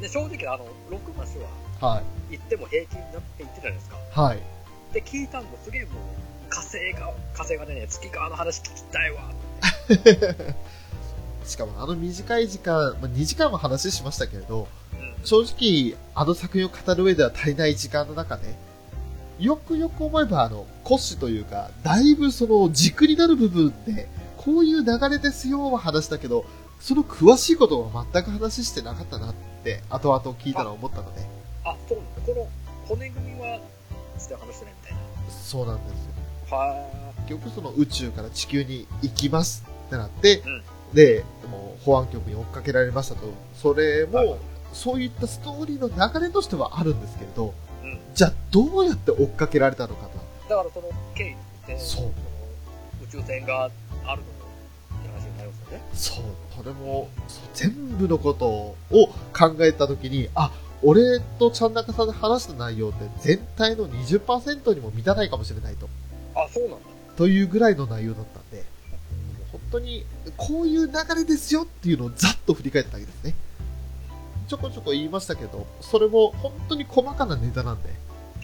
ね、正直、あの、6マスははい行っても平均だって言ってたじゃないですか。はいで、聞いたんですげえもう、火星が、火星がね、月側の話聞きたいわ。しかもあの短い時間、まあ、2時間も話しましたけれどうん。正直、あの作品を語る上では足りない時間の中で、よくよく思えば、あの、骨子というか、だいぶその軸になる部分で、こういう流れですよは話したけど、その詳しいことは全く話してなかったなって、後々聞いたら思ったので、あ、そうなんだ。この骨組みは、して話してないみたいな。そうなんですよ。は結局その宇宙から地球に行きますってなって、うんで、もう保安局に追っかけられましたと、それい。もも、そういったストーリーの流れとしてはあるんですけれど、う、うん。じゃあどうやって追っかけられたのかと。だからその経緯で、そうの宇宙船があるのも、って話になりますよね。そう、これも、そう全部のことを考えたときに、あ、俺とちゃん中さんで話した内容って全体の20%にも満たないかもしれないと。あ、そうなんだ。というぐらいの内容だったんで、本当に、こういう流れですよっていうのをざっと振り返っただけですね。ちょこちょこ言いましたけど、それも本当に細かなネタなんで、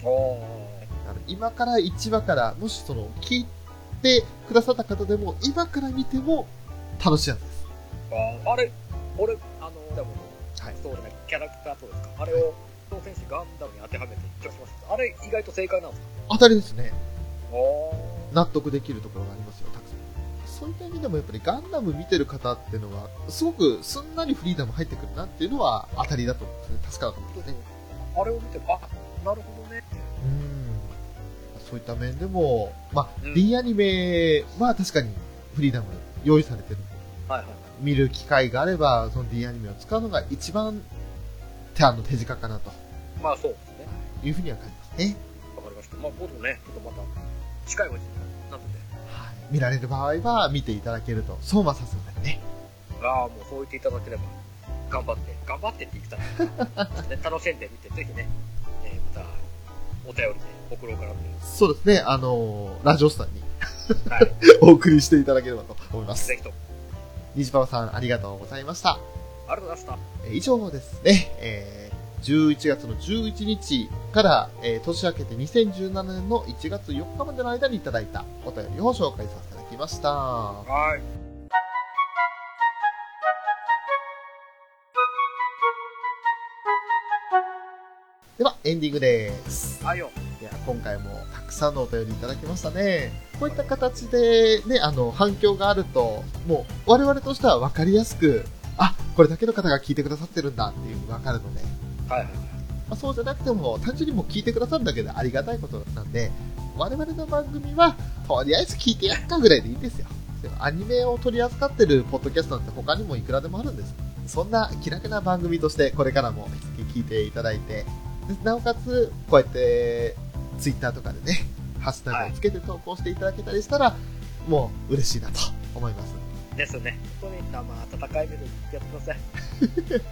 おあの今から1話から、もしその、聞いてくださった方でも、今から見ても楽しいやつです。ああれ俺あのでもはい。そうねキャラクターとですかあれを挑戦してガンダムに当てはめて一応しましたあれ意外と正解なんですか当たりですね。おお納得できるところがありますよ、たくさん。そういった意味でもやっぱりガンダム見てる方っていうのは、すごくすんなりフリーダム入ってくるなっていうのは当たりだと思うんですね。助かると思うんですね。あれを見てあなるほどねうん。そういった面でも、まあ、うん D アニメは確かにフリーダム用意されてるんではいはいはい見る機会があれば、その D アニメを使うのが一番手あの手近かなとまあそうですねいうふうには感じますね。わかりましたまあ僕もねちょっとまた近いうちになのではい。見られる場合は見ていただけると、そうまさすがにね。ああもうそう言っていただければ頑張って頑張ってって言って たら、ね、楽しんでみてぜひね、えーまたお便りで送ろうかなと思いまそうですね、あのラジオスタ ーにすはい お送りしていただければと思います。ぜひとも西パパさん、ありがとうございました。ありがとうございましたえー以上ですね、えー11月の11日から、えー年明けて2017年の1月4日までの間にいただいたお便りを紹介させていただきました。ははいいでは、エンディングです。はいよいや、今回もたくさんのお便りいただきましたね。こういった形で、ね、あの、反響があると、もう、我々としては分かりやすく、あ、これだけの方が聞いてくださってるんだっていうのが分かるので、はいはいまあ、そうじゃなくても単純にもう聞いてくださるだけでありがたいことなんで我々の番組はとりあえず聞いてやっかぐらいでいいんですよでもアニメを取り扱ってるポッドキャストなんて他にもいくらでもあるんですそんな気楽な番組としてこれからも引き続き聞いていただいてでなおかつこうやってツイッターとかでねハッシュタグをつけて投稿していただけたりしたら、もう嬉しいなと思いますですね本当に生温かい目でやってください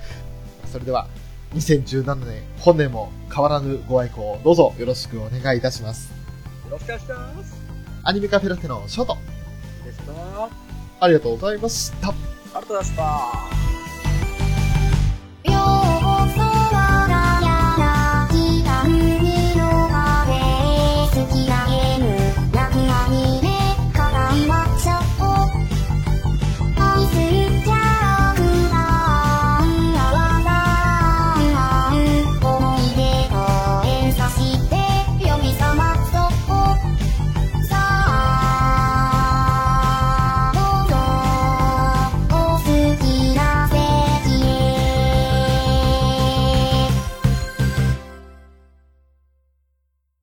それでは2017年本年も変わらぬご愛顧をどうぞよろしくお願いいたしますよろしくお願いしますアニメカフェラテのショート、でしたあありがとうございました。りがとうございました「病